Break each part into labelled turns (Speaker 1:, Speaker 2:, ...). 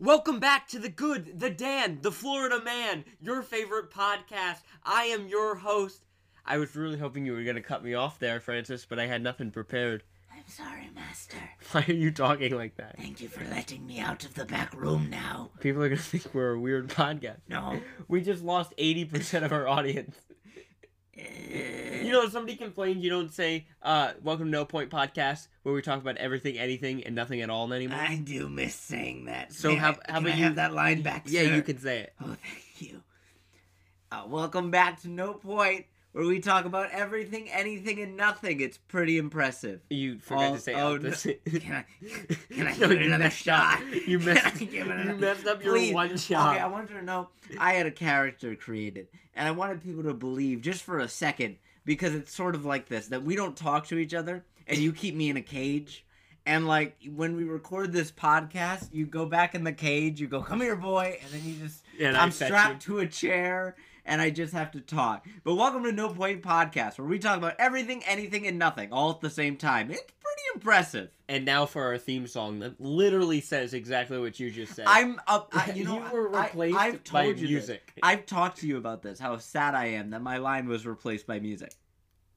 Speaker 1: Welcome back to the good, the Dan, the Florida man, your favorite podcast. I am your host. I was really hoping you were going to cut me off there, Francis, but I had nothing prepared.
Speaker 2: I'm sorry, Master.
Speaker 1: Why are you talking like that?
Speaker 2: Thank you for letting me out of the back room now.
Speaker 1: People are going to think we're a weird podcast.
Speaker 2: No.
Speaker 1: We just lost 80% of our audience.
Speaker 2: Uh,
Speaker 1: You know, somebody complained you don't say, uh, welcome to No Point Podcast, where we talk about everything, anything, and nothing at all anymore.
Speaker 2: I do miss saying that.
Speaker 1: So
Speaker 2: May
Speaker 1: how-
Speaker 2: I-
Speaker 1: how
Speaker 2: can
Speaker 1: about
Speaker 2: I
Speaker 1: you-
Speaker 2: have that line back?
Speaker 1: yeah,
Speaker 2: sir?
Speaker 1: you can say it.
Speaker 2: Oh, thank you. Uh, welcome back to No Point, where we talk about everything, anything, and nothing. It's pretty impressive.
Speaker 1: You forgot
Speaker 2: Oh,
Speaker 1: to say
Speaker 2: oh,
Speaker 1: opposite.
Speaker 2: Can I? Can I
Speaker 1: No,
Speaker 2: give it
Speaker 1: you
Speaker 2: another
Speaker 1: messed up.
Speaker 2: shot?
Speaker 1: You
Speaker 2: Can
Speaker 1: messed-
Speaker 2: I give it
Speaker 1: you
Speaker 2: another-
Speaker 1: messed up your
Speaker 2: Please.
Speaker 1: one shot.
Speaker 2: Okay, I wanted to know. I had a character created, and I wanted people to believe just for a second because it's sort of like this that we don't talk to each other, and you keep me in a cage. And like when we record this podcast, you go back in the cage. You go, "Come here, boy," and then you just
Speaker 1: And I
Speaker 2: I'm
Speaker 1: fetch you.
Speaker 2: strapped to a chair and I just have to talk. But welcome to No Point Podcast, where we talk about everything, anything, and nothing all at the same time. It's pretty impressive.
Speaker 1: And now for our theme song that literally says exactly what you just said.
Speaker 2: I'm up. I, you know,
Speaker 1: were
Speaker 2: I-
Speaker 1: replaced
Speaker 2: I, have
Speaker 1: by
Speaker 2: told you this.
Speaker 1: music,
Speaker 2: I've talked to you about this. How sad I am that my line was replaced by music.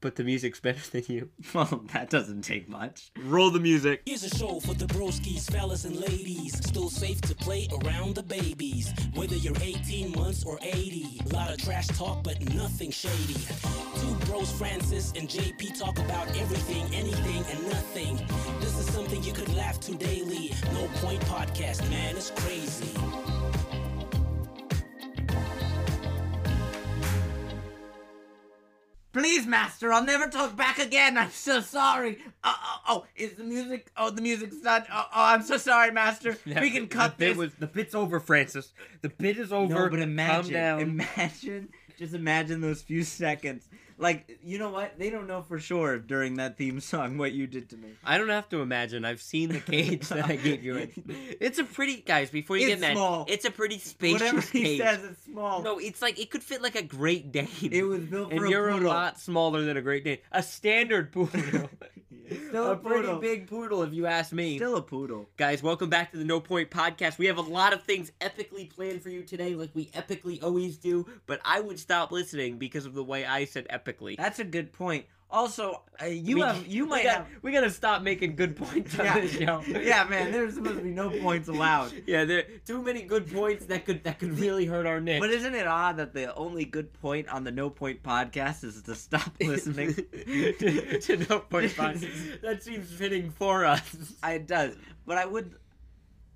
Speaker 1: but the music's better than you.
Speaker 2: Well, that doesn't take much.
Speaker 1: Roll the music.
Speaker 3: Here's a show for the broskies, fellas, and ladies. Still safe to play around the babies. Whether you're 18 months or 80. Lot of trash talk, but nothing shady. Two bros, Francis and JP, talk about everything, anything, and nothing. This is something you could laugh to daily. No point podcast, man, it's crazy.
Speaker 2: Please, master, I'll never talk back again. I'm so sorry. Oh, oh, oh is the music? Oh, the music's done. Oh, oh I'm so sorry, master. we can cut
Speaker 1: the bit
Speaker 2: this.
Speaker 1: was- the bit's over, Francis. The bit is over.
Speaker 2: No, but imagine,
Speaker 1: Calm down.
Speaker 2: imagine, just imagine those few seconds. Like, you know what? They don't know for sure during that theme song what you did to me.
Speaker 1: I don't have to imagine. I've seen the cage that I gave you. In. It's a pretty guys. Before you
Speaker 2: It's
Speaker 1: get mad,
Speaker 2: small.
Speaker 1: it's a pretty spacious
Speaker 2: Whatever he
Speaker 1: cage.
Speaker 2: says, it's small.
Speaker 1: No, it's like it could fit like a Great Dane.
Speaker 2: It was built
Speaker 1: and
Speaker 2: for
Speaker 1: you're
Speaker 2: a
Speaker 1: a
Speaker 2: poodle.
Speaker 1: lot smaller than a Great Dane. A standard poodle.
Speaker 2: Still a,
Speaker 1: a pretty
Speaker 2: poodle.
Speaker 1: big poodle, if you ask me.
Speaker 2: Still a poodle.
Speaker 1: Guys, welcome back to the No Point Podcast. We have a lot of things epically planned for you today, like we epically always do, but I would stop listening because of the way I said epically.
Speaker 2: That's a good point. Also, uh, you
Speaker 1: We-
Speaker 2: have you
Speaker 1: we
Speaker 2: might
Speaker 1: got-
Speaker 2: have.
Speaker 1: We gotta stop making good points on this
Speaker 2: Yeah,
Speaker 1: show.
Speaker 2: yeah, man. There's supposed to be no points allowed.
Speaker 1: Yeah, there too many good points that could that could really hurt our niche.
Speaker 2: But isn't it odd that the only good point on the No Point podcast is to stop listening?
Speaker 1: to, to No Point Podcast. That seems fitting for us.
Speaker 2: I, it does. But I would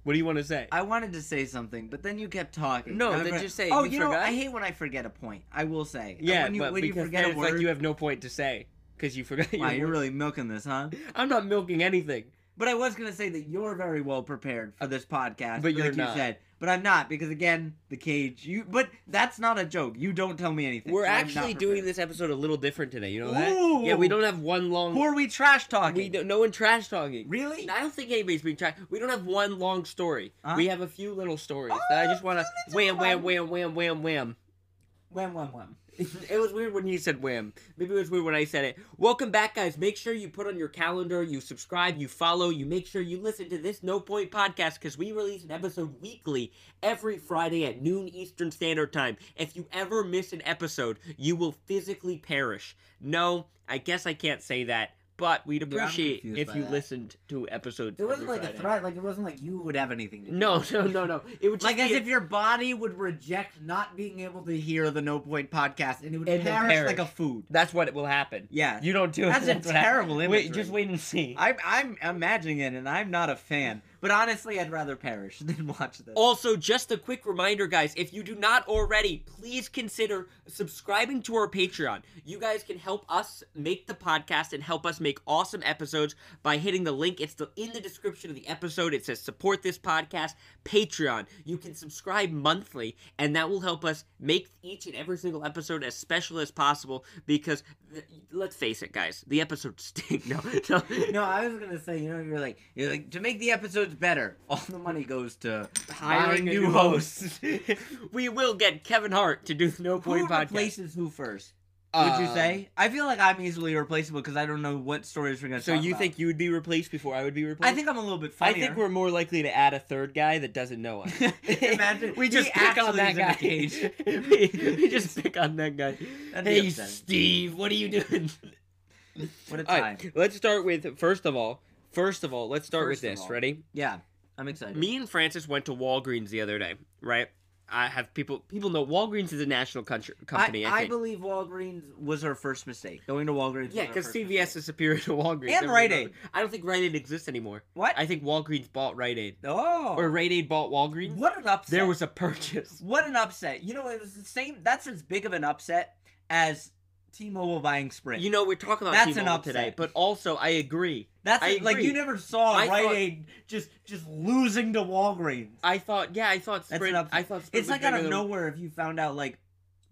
Speaker 1: What do you want to say?
Speaker 2: I wanted to say something, but then you kept talking.
Speaker 1: No,
Speaker 2: And I
Speaker 1: then
Speaker 2: forgot-
Speaker 1: just say it.
Speaker 2: Oh,
Speaker 1: You
Speaker 2: you, know,
Speaker 1: forgot?
Speaker 2: I hate when I forget a point. I will say.
Speaker 1: yeah,
Speaker 2: when you,
Speaker 1: but
Speaker 2: when you
Speaker 1: because
Speaker 2: forget
Speaker 1: then
Speaker 2: a
Speaker 1: it's
Speaker 2: word,
Speaker 1: like you have no point to say because you forgot. your
Speaker 2: wow, you're
Speaker 1: word.
Speaker 2: really milking this, huh?
Speaker 1: I'm not milking anything.
Speaker 2: But I was gonna say that you're very well prepared for this podcast,
Speaker 1: But
Speaker 2: like
Speaker 1: you're
Speaker 2: you
Speaker 1: not.
Speaker 2: said. But I'm not because again, the cage. You, but that's not a joke. You don't tell me anything.
Speaker 1: We're
Speaker 2: so I'm not
Speaker 1: actually doing
Speaker 2: prepared.
Speaker 1: this episode a little different today. You know that? Yeah, we
Speaker 2: Ooh.
Speaker 1: don't have one long.
Speaker 2: Who are we trash talking?
Speaker 1: we don't, no one trash talking.
Speaker 2: Really?
Speaker 1: I don't think anybody's being trash. We don't have one long story.
Speaker 2: Huh?
Speaker 1: We have a few little stories that I just want
Speaker 2: Oh,
Speaker 1: to
Speaker 2: that's
Speaker 1: wham, wham,
Speaker 2: fun.
Speaker 1: wham, wham, wham, wham.
Speaker 2: Wham wham wham.
Speaker 1: it was weird when you said wham. Maybe it was weird when I said it. Welcome back, guys. Make sure you put on your calendar, you subscribe, you follow, you make sure you listen to this No Point podcast because we release an episode weekly every Friday at noon Eastern Standard Time. If you ever miss an episode, you will physically perish. No, I guess I can't say that, but we'd appreciate
Speaker 2: confused
Speaker 1: if
Speaker 2: by
Speaker 1: you
Speaker 2: that.
Speaker 1: listened to episodes.
Speaker 2: It wasn't
Speaker 1: every
Speaker 2: like a
Speaker 1: Friday.
Speaker 2: threat. Like it wasn't like you would have anything. to do.
Speaker 1: No, no, no, no. It would just
Speaker 2: Like
Speaker 1: be
Speaker 2: as
Speaker 1: a-
Speaker 2: if your body would reject not being able to hear the No Point podcast, and it would
Speaker 1: And then
Speaker 2: perish,
Speaker 1: perish.
Speaker 2: like a food.
Speaker 1: that's what will happen.
Speaker 2: Yeah,
Speaker 1: You don't do it.
Speaker 2: That's a
Speaker 1: what hap-
Speaker 2: terrible
Speaker 1: Wait,
Speaker 2: imagery.
Speaker 1: just wait and see.
Speaker 2: I'm I'm imagining it, and I'm not a fan. But honestly, I'd rather perish than watch this.
Speaker 1: Also, just a quick reminder, guys, if you do not already, please consider subscribing to our Patreon. You guys can help us make the podcast and help us make awesome episodes by hitting the link. It's the, in the description of the episode. It says support this podcast, Patreon. You can subscribe monthly, and that will help us make each and every single episode as special as possible because, th- let's face it, guys, the episodes stink. No, no.
Speaker 2: No, I was gonna say, you know, you're like, you're like to make the episodes better. All the money goes to hiring new hosts.
Speaker 1: we will get Kevin Hart to do the No
Speaker 2: Who
Speaker 1: Point Podcast.
Speaker 2: replaces who first? Would you
Speaker 1: Um,
Speaker 2: say? I feel like I'm easily replaceable because I don't know what stories we're gonna.
Speaker 1: So
Speaker 2: talk
Speaker 1: you
Speaker 2: about.
Speaker 1: think you would be replaced before I would be replaced?
Speaker 2: I think I'm a little bit
Speaker 1: I
Speaker 2: funnier.
Speaker 1: think we're more likely to add a third guy that doesn't know us.
Speaker 2: Imagine-
Speaker 1: we
Speaker 2: he
Speaker 1: just pick on
Speaker 2: actually
Speaker 1: that
Speaker 2: is in a
Speaker 1: guy.
Speaker 2: cage.
Speaker 1: we, we just pick on that guy.
Speaker 2: That'd be
Speaker 1: Hey,
Speaker 2: upsetting.
Speaker 1: Steve, what are you doing?
Speaker 2: What a
Speaker 1: All
Speaker 2: time.
Speaker 1: right, let's start with first of all. First of all, let's start
Speaker 2: First
Speaker 1: with
Speaker 2: of
Speaker 1: this.
Speaker 2: all.
Speaker 1: Ready?
Speaker 2: Yeah, I'm excited.
Speaker 1: Me and Francis went to Walgreens the other day, right? I have people people know Walgreens is a national country, company. I,
Speaker 2: I, I
Speaker 1: think.
Speaker 2: believe Walgreens was her first mistake. Going to Walgreens.
Speaker 1: yeah,
Speaker 2: because
Speaker 1: because CVS is superior to Walgreens
Speaker 2: And
Speaker 1: Everyone
Speaker 2: Rite
Speaker 1: knows
Speaker 2: Aid.
Speaker 1: it. I don't think Rite Aid exists anymore.
Speaker 2: What?
Speaker 1: I think Walgreens bought Rite Aid,
Speaker 2: oh.
Speaker 1: or Rite Aid bought Walgreens.
Speaker 2: what an upset.
Speaker 1: There was a purchase.
Speaker 2: What an upset. You know, it was the same. That's as big of an upset as T-Mobile buying Sprint.
Speaker 1: You know, we're talking about
Speaker 2: That's
Speaker 1: T-Mobile
Speaker 2: an upset.
Speaker 1: today, but also I agree.
Speaker 2: that's
Speaker 1: I
Speaker 2: it. like
Speaker 1: agree.
Speaker 2: you never saw
Speaker 1: I
Speaker 2: Rite
Speaker 1: thought-
Speaker 2: Aid just just losing to Walgreens.
Speaker 1: I thought, yeah, I thought
Speaker 2: an
Speaker 1: Sprint.
Speaker 2: upset.
Speaker 1: I thought Sprint
Speaker 2: it's
Speaker 1: was
Speaker 2: like out
Speaker 1: bigger
Speaker 2: of
Speaker 1: than
Speaker 2: nowhere if you found out like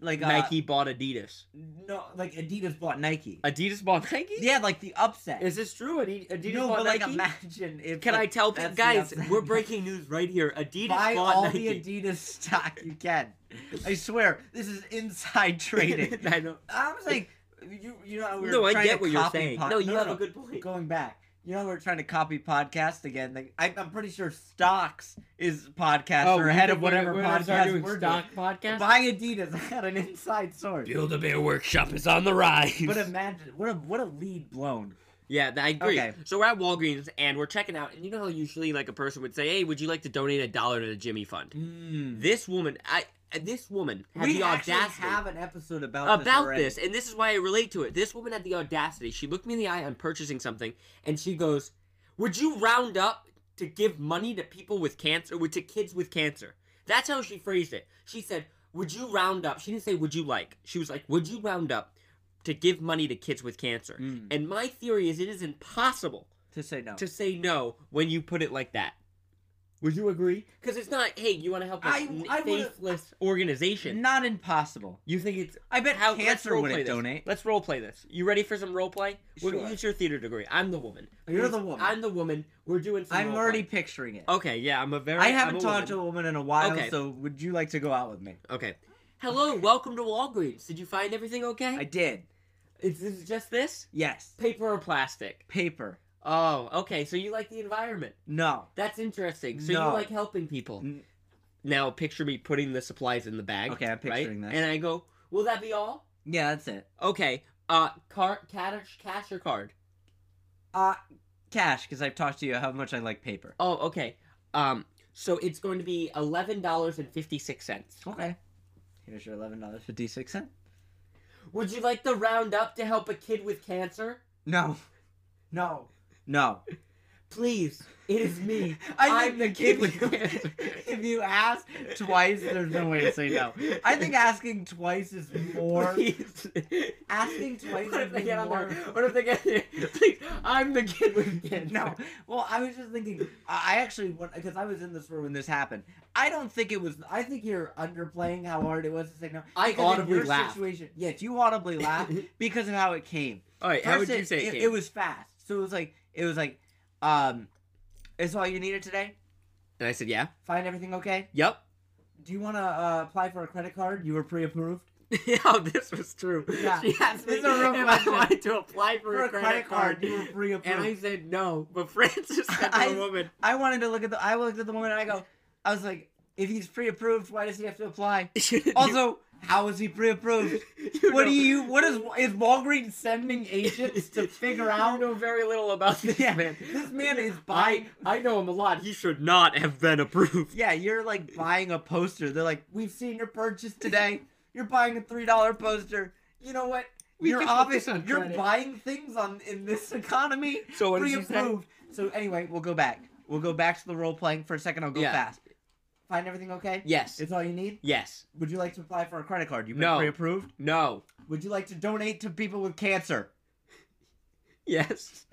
Speaker 2: like uh,
Speaker 1: Nike bought Adidas.
Speaker 2: No, like Adidas bought Nike.
Speaker 1: Adidas bought Nike.
Speaker 2: Yeah, like the upset.
Speaker 1: Is this true? Adi- Adidas
Speaker 2: no,
Speaker 1: bought
Speaker 2: but like
Speaker 1: Nike.
Speaker 2: imagine if
Speaker 1: Can I
Speaker 2: like,
Speaker 1: tell people,
Speaker 2: that's the
Speaker 1: guys?
Speaker 2: upset.
Speaker 1: We're breaking news right here. Adidas
Speaker 2: buy
Speaker 1: bought
Speaker 2: all
Speaker 1: Nike.
Speaker 2: the Adidas stock you can. I swear, this is inside trading.
Speaker 1: I know.
Speaker 2: I'm saying you you know how we were
Speaker 1: No, I
Speaker 2: trying
Speaker 1: get
Speaker 2: to
Speaker 1: what you're
Speaker 2: copy
Speaker 1: saying.
Speaker 2: pod-
Speaker 1: no, you
Speaker 2: no,
Speaker 1: have
Speaker 2: no,
Speaker 1: a good point.
Speaker 2: going back. You know we're trying to copy podcast again. Like I, I'm pretty sure stocks is podcast
Speaker 1: Oh,
Speaker 2: or ahead of whatever podcast we're doing.
Speaker 1: podcast.
Speaker 2: Buy Adidas. I had an inside source.
Speaker 1: Build a Bear Workshop is on the rise.
Speaker 2: But imagine what a what a lead blown.
Speaker 1: yeah, th- I agree.
Speaker 2: Okay.
Speaker 1: So we're at Walgreens and we're checking out, and you know how usually like a person would say, "Hey, would you like to donate a dollar to the Jimmy Fund?" This woman, I this woman had
Speaker 2: we
Speaker 1: the
Speaker 2: actually
Speaker 1: audacity
Speaker 2: have an episode about this
Speaker 1: about
Speaker 2: already.
Speaker 1: this, and this is why I relate to it. This woman had the audacity. She looked me in the eye. I'm purchasing something, and she goes, "Would you round up to give money to people with cancer, with to kids with cancer?" That's how she phrased it. She said, "Would you round up?" She didn't say, "Would you like?" She was like, "Would you round up to give money to kids with cancer?"
Speaker 2: Mm.
Speaker 1: And my theory is, it is impossible
Speaker 2: to say no.
Speaker 1: to say no when you put it like that. Would you agree? Because it's not, hey, you want to help a
Speaker 2: I-
Speaker 1: n-
Speaker 2: I would've-
Speaker 1: faithless organization.
Speaker 2: Not impossible.
Speaker 1: You think it's
Speaker 2: I bet
Speaker 1: how let's
Speaker 2: cancer
Speaker 1: role
Speaker 2: would
Speaker 1: play
Speaker 2: it
Speaker 1: this.
Speaker 2: donate.
Speaker 1: Let's role play this. You ready for some role play? We're
Speaker 2: Sure.
Speaker 1: gonna use your theater degree. I'm the woman.
Speaker 2: You're
Speaker 1: Please,
Speaker 2: the woman.
Speaker 1: I'm the woman. We're doing. Some
Speaker 2: I'm
Speaker 1: role
Speaker 2: already
Speaker 1: play.
Speaker 2: picturing it.
Speaker 1: Okay, yeah, I'm a very.
Speaker 2: I
Speaker 1: I'm
Speaker 2: haven't
Speaker 1: a
Speaker 2: talked to
Speaker 1: woman.
Speaker 2: a woman in a while,
Speaker 1: Okay.
Speaker 2: so would you like to go out with me?
Speaker 1: Okay. Hello, welcome to Walgreens. Did you find everything okay?
Speaker 2: I did.
Speaker 1: Is this just this
Speaker 2: Yes.
Speaker 1: paper or plastic?
Speaker 2: Paper.
Speaker 1: Oh, okay. So you like the environment?
Speaker 2: No.
Speaker 1: That's interesting. So you
Speaker 2: No.
Speaker 1: like helping people?
Speaker 2: N-
Speaker 1: Now picture me putting the supplies in the bag.
Speaker 2: Okay, I'm
Speaker 1: right?
Speaker 2: picturing this.
Speaker 1: And I go, will that be all?
Speaker 2: Yeah, that's it.
Speaker 1: Okay. Uh, car, cash, cash or card?
Speaker 2: Uh cash, because I've talked to you how much I like paper.
Speaker 1: Oh, okay. Um, so it's going to be eleven dollars and fifty six cents.
Speaker 2: Okay. Here's your eleven dollars fifty six cent.
Speaker 1: Would you like the round up to help a kid with cancer?
Speaker 2: No. No. No.
Speaker 1: Please, it is me.
Speaker 2: I
Speaker 1: I'm
Speaker 2: think
Speaker 1: the kid with cancer.
Speaker 2: if you ask twice, there's no way to say no. I think asking twice is more
Speaker 1: Please.
Speaker 2: asking twice
Speaker 1: What if
Speaker 2: would
Speaker 1: they
Speaker 2: be
Speaker 1: get on
Speaker 2: more-
Speaker 1: there? What if they get there? Please, I'm the kid with cancer.
Speaker 2: No. Well, I was just thinking. I I actually want because I was in this room when this happened. I don't think it was. I think you're underplaying how hard it was to say no.
Speaker 1: I
Speaker 2: Because in
Speaker 1: audibly
Speaker 2: your
Speaker 1: laughed.
Speaker 2: Situation, yes, you audibly laughed because of how it came.
Speaker 1: All right, how would
Speaker 2: First,
Speaker 1: you say it?
Speaker 2: it, was fast. So it was like it was like, um, is all you needed today?
Speaker 1: and I said, yeah.
Speaker 2: Find everything okay?
Speaker 1: Yep.
Speaker 2: Do you want to uh, apply for a credit card? You were pre-approved
Speaker 1: yeah, Oh, this was true.
Speaker 2: Yeah.
Speaker 1: She asked me
Speaker 2: This
Speaker 1: if
Speaker 2: is a real
Speaker 1: I
Speaker 2: question.
Speaker 1: wanted to apply for, a, credit, card.
Speaker 2: You were pre-approved.
Speaker 1: And I said no, but Francis said to
Speaker 2: I-
Speaker 1: the woman,
Speaker 2: I wanted to look at the. I looked at the woman and I go, I was like, if he's pre-approved, why does he have to apply? Also, how is he pre-approved?
Speaker 1: know-
Speaker 2: What do you? What is is Walgreens sending agents to figure
Speaker 1: You
Speaker 2: out?
Speaker 1: know very little about this
Speaker 2: Yeah,
Speaker 1: man.
Speaker 2: this man is
Speaker 1: I,
Speaker 2: buying.
Speaker 1: I know him a lot. He should not have been approved.
Speaker 2: Yeah, you're like buying a poster. They're like, we've seen your purchase today. You're buying a three dollar poster. You know what?
Speaker 1: We
Speaker 2: you're
Speaker 1: can put this
Speaker 2: obvious.
Speaker 1: on
Speaker 2: You're
Speaker 1: credit.
Speaker 2: buying things on in this economy.
Speaker 1: So what did she say?
Speaker 2: Pre-approved. So anyway, we'll go back. We'll go back to the role playing for a second. I'll go
Speaker 1: Yeah.
Speaker 2: fast. Find everything okay?
Speaker 1: Yes.
Speaker 2: It's all you need.
Speaker 1: Yes.
Speaker 2: Would you like to apply for a credit card? You've been
Speaker 1: No.
Speaker 2: pre-approved.
Speaker 1: No.
Speaker 2: Would you like to donate to people with cancer?
Speaker 1: Yes.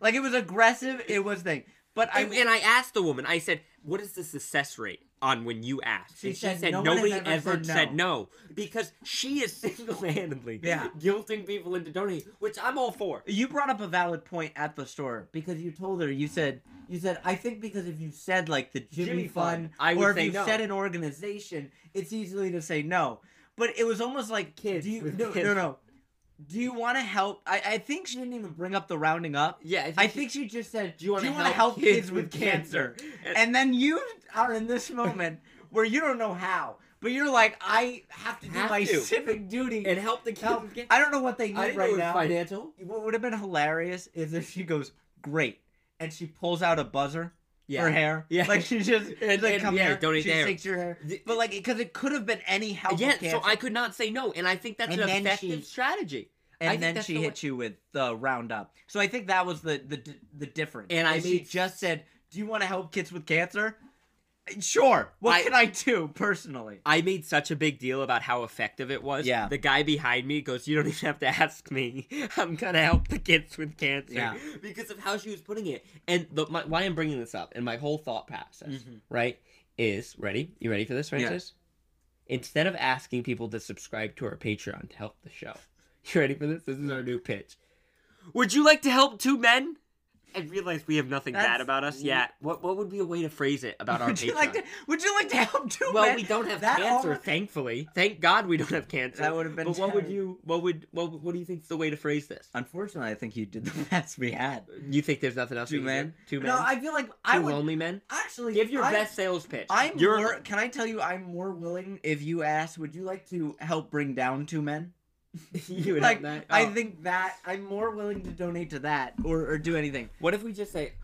Speaker 2: Like it was aggressive. It was thing. But I
Speaker 1: and, and I asked the woman, I said, what is the success rate on when you ask?
Speaker 2: She
Speaker 1: and she
Speaker 2: said
Speaker 1: said
Speaker 2: no one has
Speaker 1: nobody
Speaker 2: ever
Speaker 1: ever
Speaker 2: said
Speaker 1: said no. Because she is single handedly
Speaker 2: Yeah.
Speaker 1: guilting people into donating, which I'm all for.
Speaker 2: you brought up a valid point at the store because you told her you said you said I think because if you said like the Jimmy,
Speaker 1: Jimmy Fund,
Speaker 2: Fund
Speaker 1: I would
Speaker 2: or if
Speaker 1: say
Speaker 2: you
Speaker 1: no.
Speaker 2: said an organization, it's easily to say no. but it was almost like
Speaker 4: Kids
Speaker 2: Do you,
Speaker 4: with
Speaker 2: no,
Speaker 4: kids.
Speaker 2: no, no. Do you want to help? I, I think she didn't even bring up the rounding up.
Speaker 4: Yeah, I think,
Speaker 2: I think she just said, "Do you want to
Speaker 4: wanna
Speaker 2: help, kids, with cancer?" And then you are in this moment where you don't know how, but you're like, "I have to do
Speaker 4: Have
Speaker 2: my
Speaker 4: to.
Speaker 2: civic duty."
Speaker 4: and help the kids.
Speaker 2: help.
Speaker 4: with cancer.
Speaker 2: I don't know what they
Speaker 4: I
Speaker 2: need
Speaker 4: didn't know
Speaker 2: right
Speaker 4: it was
Speaker 2: now.
Speaker 4: financial.
Speaker 2: What would have been hilarious is if she goes, "Great," and she pulls out a buzzer
Speaker 4: Yeah.
Speaker 2: her hair.
Speaker 4: Yeah.
Speaker 2: like she just
Speaker 4: And-
Speaker 2: and, like
Speaker 4: and,
Speaker 2: come
Speaker 1: yeah,
Speaker 2: here,
Speaker 1: donate
Speaker 2: she
Speaker 1: the hair.
Speaker 2: takes your hair.
Speaker 4: The-
Speaker 2: But like, because it could have been any help. with
Speaker 1: yeah, so
Speaker 2: cancer.
Speaker 1: I could not say no, and I think that's
Speaker 2: And
Speaker 1: an
Speaker 2: then
Speaker 1: effective
Speaker 2: she-
Speaker 1: strategy. I
Speaker 2: and
Speaker 1: think
Speaker 2: then
Speaker 1: that's
Speaker 2: she
Speaker 1: the
Speaker 2: hit you with the roundup. So I think that was the the d- the difference.
Speaker 1: And I
Speaker 2: Is she
Speaker 1: made-
Speaker 2: just said, "Do you want to help kids with cancer?" Sure. What
Speaker 1: I-
Speaker 2: can I do personally?
Speaker 1: I made such a big deal about how effective it was.
Speaker 2: Yeah.
Speaker 1: The guy behind me goes, You don't even have to ask me. I'm going to help the kids with cancer.
Speaker 2: Yeah.
Speaker 1: Because of how she was putting it. And the, my, why I'm bringing this up and my whole thought process, right, is ready? You ready for this,
Speaker 2: Mm-hmm. Yeah.
Speaker 1: Francis? Instead of asking people to subscribe to our Patreon to help the show, you ready for this? This is our new pitch. Would you like to help two men? I realize we have nothing bad
Speaker 2: That's-
Speaker 1: about us yet. What what would be a way to phrase it about our
Speaker 2: Would
Speaker 1: Patreon?
Speaker 2: you like to? Would you like to help too?
Speaker 1: Well,
Speaker 2: man?
Speaker 1: we don't have
Speaker 2: That
Speaker 1: cancer,
Speaker 2: almo-
Speaker 1: thankfully. Thank God we don't have cancer.
Speaker 2: That would've been
Speaker 1: But what would
Speaker 2: terrible. Uh,
Speaker 1: you? What would? What? What do you think's the way to phrase this?
Speaker 2: Unfortunately, I think you did the best we had.
Speaker 1: You think there's nothing else? we
Speaker 2: Two
Speaker 1: can do?
Speaker 2: men?
Speaker 1: Two men.
Speaker 2: No, I feel like
Speaker 1: two
Speaker 2: I would
Speaker 1: lonely men.
Speaker 2: actually
Speaker 1: Give your
Speaker 2: I-
Speaker 1: best sales pitch.
Speaker 2: I'm
Speaker 1: You're-
Speaker 2: more, can I tell you I'm more willing if you ask, would you like to help bring down two men?
Speaker 1: you would
Speaker 2: Like
Speaker 1: help that.
Speaker 2: I
Speaker 1: Oh.
Speaker 2: think that I'm more willing to donate to that or, or do anything.
Speaker 1: What if we just say,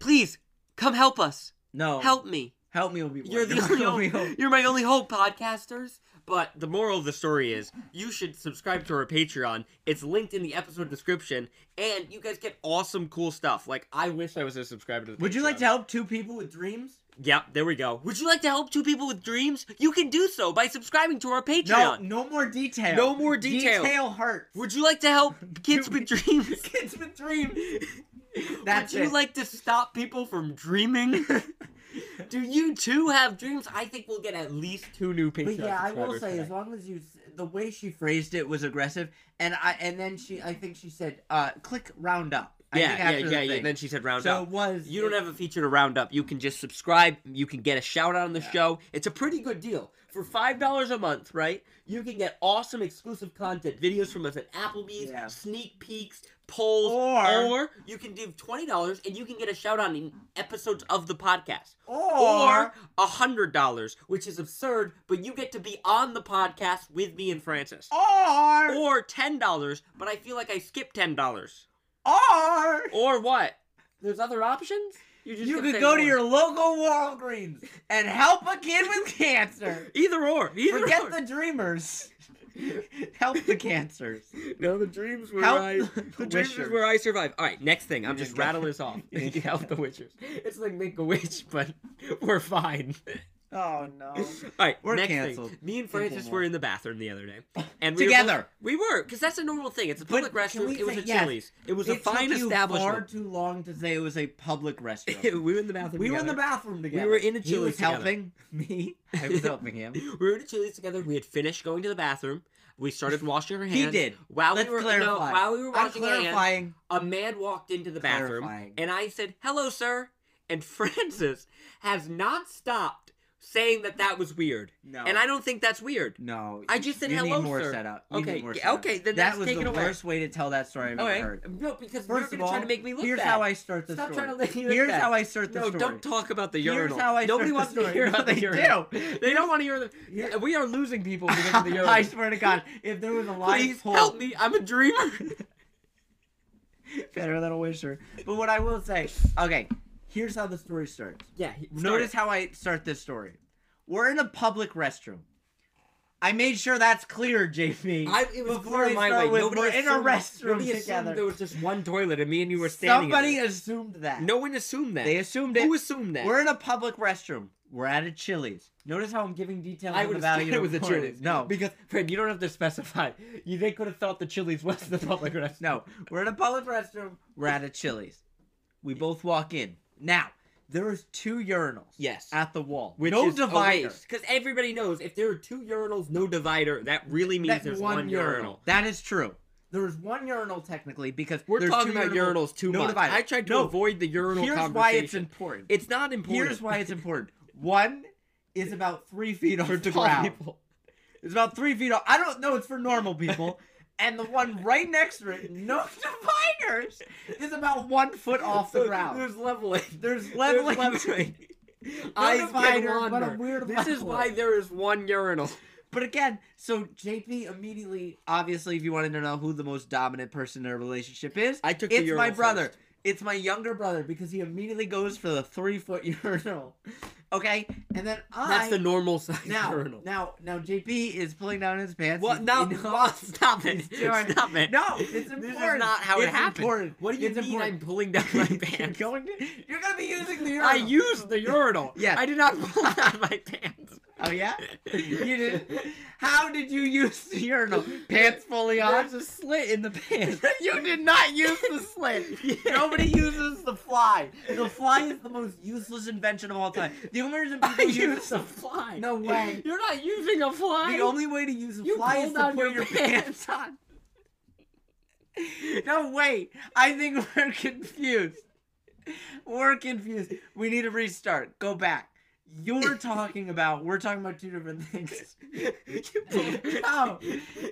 Speaker 1: please come help us,
Speaker 2: No.
Speaker 1: help me.
Speaker 2: help me will be
Speaker 1: You're
Speaker 2: one.
Speaker 1: the only
Speaker 2: Help me
Speaker 1: hope.
Speaker 2: will-
Speaker 1: You're my only hope, podcasters. But the moral of the story is you should subscribe to our Patreon. It's linked in the episode description, and you guys get awesome, cool stuff. Like I wish I was a subscriber to. The
Speaker 2: Would you like
Speaker 1: Patreon.
Speaker 2: to help two people with dreams?
Speaker 1: Yep, there we go. Would you like to help two people with dreams? You can do so by subscribing to our Patreon.
Speaker 2: No, no more detail.
Speaker 1: No more detail.
Speaker 2: Detail hurts.
Speaker 1: Would you like to help kids with dreams?
Speaker 2: kids with dreams. That's
Speaker 1: Would you
Speaker 2: it.
Speaker 1: like to stop people from dreaming? do you too have dreams? I think we'll get at least two new Patreon
Speaker 2: But yeah, I will
Speaker 1: subscribers
Speaker 2: say,
Speaker 1: today.
Speaker 2: as long as you, s- the way she phrased it was aggressive, and I, and then she, I think she said, uh, click round up. I
Speaker 1: Yeah,
Speaker 2: think
Speaker 1: yeah,
Speaker 2: after the
Speaker 1: yeah, yeah.
Speaker 2: thing.
Speaker 1: Then she said round
Speaker 2: so
Speaker 1: up.
Speaker 2: it was.
Speaker 1: You don't have a feature to round up. You can just subscribe. You can get a shout out on the show. It's a pretty good deal. For $5 a month, right? You can get awesome exclusive content, videos from us at Applebee's,
Speaker 2: Yeah.
Speaker 1: sneak peeks, polls,
Speaker 2: Or-
Speaker 1: or you can give $20 and you can get a shout out in episodes of the podcast.
Speaker 2: Or,
Speaker 1: Or a hundred dollars, which is absurd, but you get to be on the podcast with me and Francis.
Speaker 2: or, or,
Speaker 1: Or ten dollars, but I feel like I skipped ten dollars. Or what? There's other options. just
Speaker 2: you
Speaker 1: could
Speaker 2: could
Speaker 1: say
Speaker 2: go to
Speaker 1: or.
Speaker 2: your local Walgreens and help a kid with cancer.
Speaker 1: Either or. Either
Speaker 2: Forget
Speaker 1: or.
Speaker 2: the dreamers. help the cancers.
Speaker 1: No, the dreams were
Speaker 2: Help
Speaker 1: I,
Speaker 2: the-
Speaker 1: the
Speaker 2: the
Speaker 1: dreams is
Speaker 2: wishers.
Speaker 1: where I survive. All right, next thing. I'm
Speaker 2: didn't
Speaker 1: just
Speaker 2: get-
Speaker 1: rattling this off.
Speaker 2: You didn't get
Speaker 1: Help the wishers. It's like make a wish, but we're fine.
Speaker 2: Oh no.
Speaker 1: All right,
Speaker 2: We're
Speaker 1: next thing.
Speaker 2: canceled.
Speaker 1: Me and
Speaker 2: Simple
Speaker 1: Francis
Speaker 2: one.
Speaker 1: were in the bathroom the other day, and we were
Speaker 2: Together.
Speaker 1: both- we were, because that's a normal thing. It's a
Speaker 2: But
Speaker 1: public
Speaker 2: can we
Speaker 1: restroom. It was
Speaker 2: say-
Speaker 1: a
Speaker 2: yes.
Speaker 1: Chili's. It was a fine
Speaker 2: took you far
Speaker 1: establishment.
Speaker 2: too long to say it was a public restaurant.
Speaker 1: we were in the bathroom.
Speaker 2: we were in the
Speaker 1: together.
Speaker 2: bathroom together.
Speaker 1: were in a
Speaker 2: He
Speaker 1: Chili's
Speaker 2: was
Speaker 1: together.
Speaker 2: helping me. I was helping him.
Speaker 1: We were in a Chili's together. We had finished going to the bathroom. We started washing our hands.
Speaker 2: He did.
Speaker 1: While
Speaker 2: Let's
Speaker 1: we were no,
Speaker 2: clarify.
Speaker 1: while we were
Speaker 2: I'm
Speaker 1: washing our hands,
Speaker 2: clarifying.
Speaker 1: a man walked into the bathroom,
Speaker 2: Clarifying.
Speaker 1: and I said, "Hello, sir." And Francis has not stopped saying that that was weird,
Speaker 2: No.
Speaker 1: and I don't think that's weird.
Speaker 2: No.
Speaker 1: I just said
Speaker 2: you
Speaker 1: hello,
Speaker 2: need more
Speaker 1: sir.
Speaker 2: setup. You
Speaker 1: Okay,
Speaker 2: Need more
Speaker 1: yeah,
Speaker 2: setup.
Speaker 1: okay, then that's
Speaker 2: that was
Speaker 1: taken
Speaker 2: the
Speaker 1: away.
Speaker 2: worst way to tell that story I've
Speaker 1: All
Speaker 2: ever
Speaker 1: right.
Speaker 2: heard.
Speaker 1: No, because you you're
Speaker 2: First
Speaker 1: going
Speaker 2: of
Speaker 1: to
Speaker 2: all,
Speaker 1: try to make me look
Speaker 2: here's
Speaker 1: bad.
Speaker 2: how I start the
Speaker 1: Stop
Speaker 2: story.
Speaker 1: trying to make me look
Speaker 2: here's
Speaker 1: bad.
Speaker 2: how I start the
Speaker 1: No,
Speaker 2: story.
Speaker 1: don't talk about the urinal.
Speaker 2: Here's how I
Speaker 1: Nobody
Speaker 2: start
Speaker 1: wants
Speaker 2: the
Speaker 1: to
Speaker 2: story.
Speaker 1: hear
Speaker 2: No,
Speaker 1: about the
Speaker 2: they
Speaker 1: urinal.
Speaker 2: do.
Speaker 1: They don't want to hear the.
Speaker 2: Here-
Speaker 1: We are losing people because of the urinal.
Speaker 2: I swear to God, if there was a live
Speaker 1: Please
Speaker 2: poll,
Speaker 1: help me. I'm a dreamer.
Speaker 2: better than a wisher. But what I will say, okay, here's how the story starts.
Speaker 1: yeah. he-
Speaker 2: Notice how I start this story. We're in a public restroom. I made sure that's clear, JP.
Speaker 1: I, it was
Speaker 2: Before
Speaker 1: clear
Speaker 2: I
Speaker 1: my
Speaker 2: start
Speaker 1: way.
Speaker 2: with,
Speaker 1: nobody
Speaker 2: we're in
Speaker 1: assumed,
Speaker 2: a restroom
Speaker 1: nobody assumed
Speaker 2: together.
Speaker 1: There was just one toilet, and me and you were standing. in
Speaker 2: Somebody
Speaker 1: there.
Speaker 2: assumed that.
Speaker 1: No one assumed that.
Speaker 2: they assumed it.
Speaker 1: Who assumed that?
Speaker 2: We're in a public restroom. We're at a Chili's. Notice how I'm giving details.
Speaker 1: I
Speaker 2: of
Speaker 1: would
Speaker 2: the
Speaker 1: have
Speaker 2: value
Speaker 1: said it
Speaker 2: of
Speaker 1: was a
Speaker 2: porn.
Speaker 1: Chili's.
Speaker 2: No,
Speaker 1: because Fred, you don't have to specify. You they could have thought the Chili's was the public restroom.
Speaker 2: No, we're in a public restroom. We're at a Chili's. We both walk in. Now, there is two urinals
Speaker 1: Yes.
Speaker 2: at the wall.
Speaker 1: Which
Speaker 2: no
Speaker 1: is
Speaker 2: divider.
Speaker 1: Because everybody knows if there are two urinals, no divider, that really means
Speaker 2: That
Speaker 1: there's one, urinal.
Speaker 2: That is true. There is one urinal technically because
Speaker 1: We're
Speaker 2: there's
Speaker 1: talking
Speaker 2: two
Speaker 1: about urinals too
Speaker 2: no
Speaker 1: much.
Speaker 2: divider.
Speaker 1: I tried to
Speaker 2: No,
Speaker 1: avoid the urinal
Speaker 2: Here's
Speaker 1: conversation.
Speaker 2: why it's important.
Speaker 1: It's not important.
Speaker 2: Here's why it's important. One is about three feet off
Speaker 1: for
Speaker 2: the
Speaker 1: tall
Speaker 2: ground.
Speaker 1: people.
Speaker 2: It's about three feet off. I don't know. It's for normal people. And the one right next to it, no dividers, is about one foot off the ground.
Speaker 1: There's leveling.
Speaker 2: There's leveling.
Speaker 1: There's leveling.
Speaker 2: No
Speaker 1: Eyes get
Speaker 2: divider, what a
Speaker 1: wander.
Speaker 2: weird
Speaker 1: This is
Speaker 2: leveling.
Speaker 1: why there is one urinal.
Speaker 2: But again, so JP immediately, obviously, if you wanted to know who the most dominant person in a relationship is,
Speaker 1: I took the
Speaker 2: it's
Speaker 1: urinal
Speaker 2: my brother.
Speaker 1: first.
Speaker 2: It's my younger brother because he immediately goes for the three foot urinal. Okay, and then I
Speaker 1: That's the normal size
Speaker 2: now
Speaker 1: urinal.
Speaker 2: now now JP is pulling down his pants.
Speaker 1: What?
Speaker 2: He's-
Speaker 1: No,
Speaker 2: he knows-
Speaker 1: Ross, stop it.
Speaker 2: he's doing-
Speaker 1: Stop it.
Speaker 2: No, it's important.
Speaker 1: This is not how it
Speaker 2: It's
Speaker 1: happened.
Speaker 2: important.
Speaker 1: What do you
Speaker 2: It's
Speaker 1: mean
Speaker 2: important.
Speaker 1: I'm pulling down my pants?
Speaker 2: you're going to you're gonna be using the urinal.
Speaker 1: I used the urinal.
Speaker 2: Yeah.
Speaker 1: I did not pull down my pants.
Speaker 2: oh yeah, you did. How did you use the urinal? Pants fully on.
Speaker 1: There's a slit in the pants.
Speaker 2: you did not use the slit. Nobody uses the fly. The fly is the most useless invention of all time. The only reason
Speaker 1: I
Speaker 2: people use
Speaker 1: used a fly.
Speaker 2: No way.
Speaker 1: You're not using a fly.
Speaker 2: the only way to use a
Speaker 1: You
Speaker 2: fly is
Speaker 1: pulled
Speaker 2: to
Speaker 1: on
Speaker 2: put your,
Speaker 1: your
Speaker 2: pants on. No wait. I think we're confused. We're confused. We need to restart. Go back. You're talking about we're talking about two different things.
Speaker 1: You pulled-
Speaker 2: No.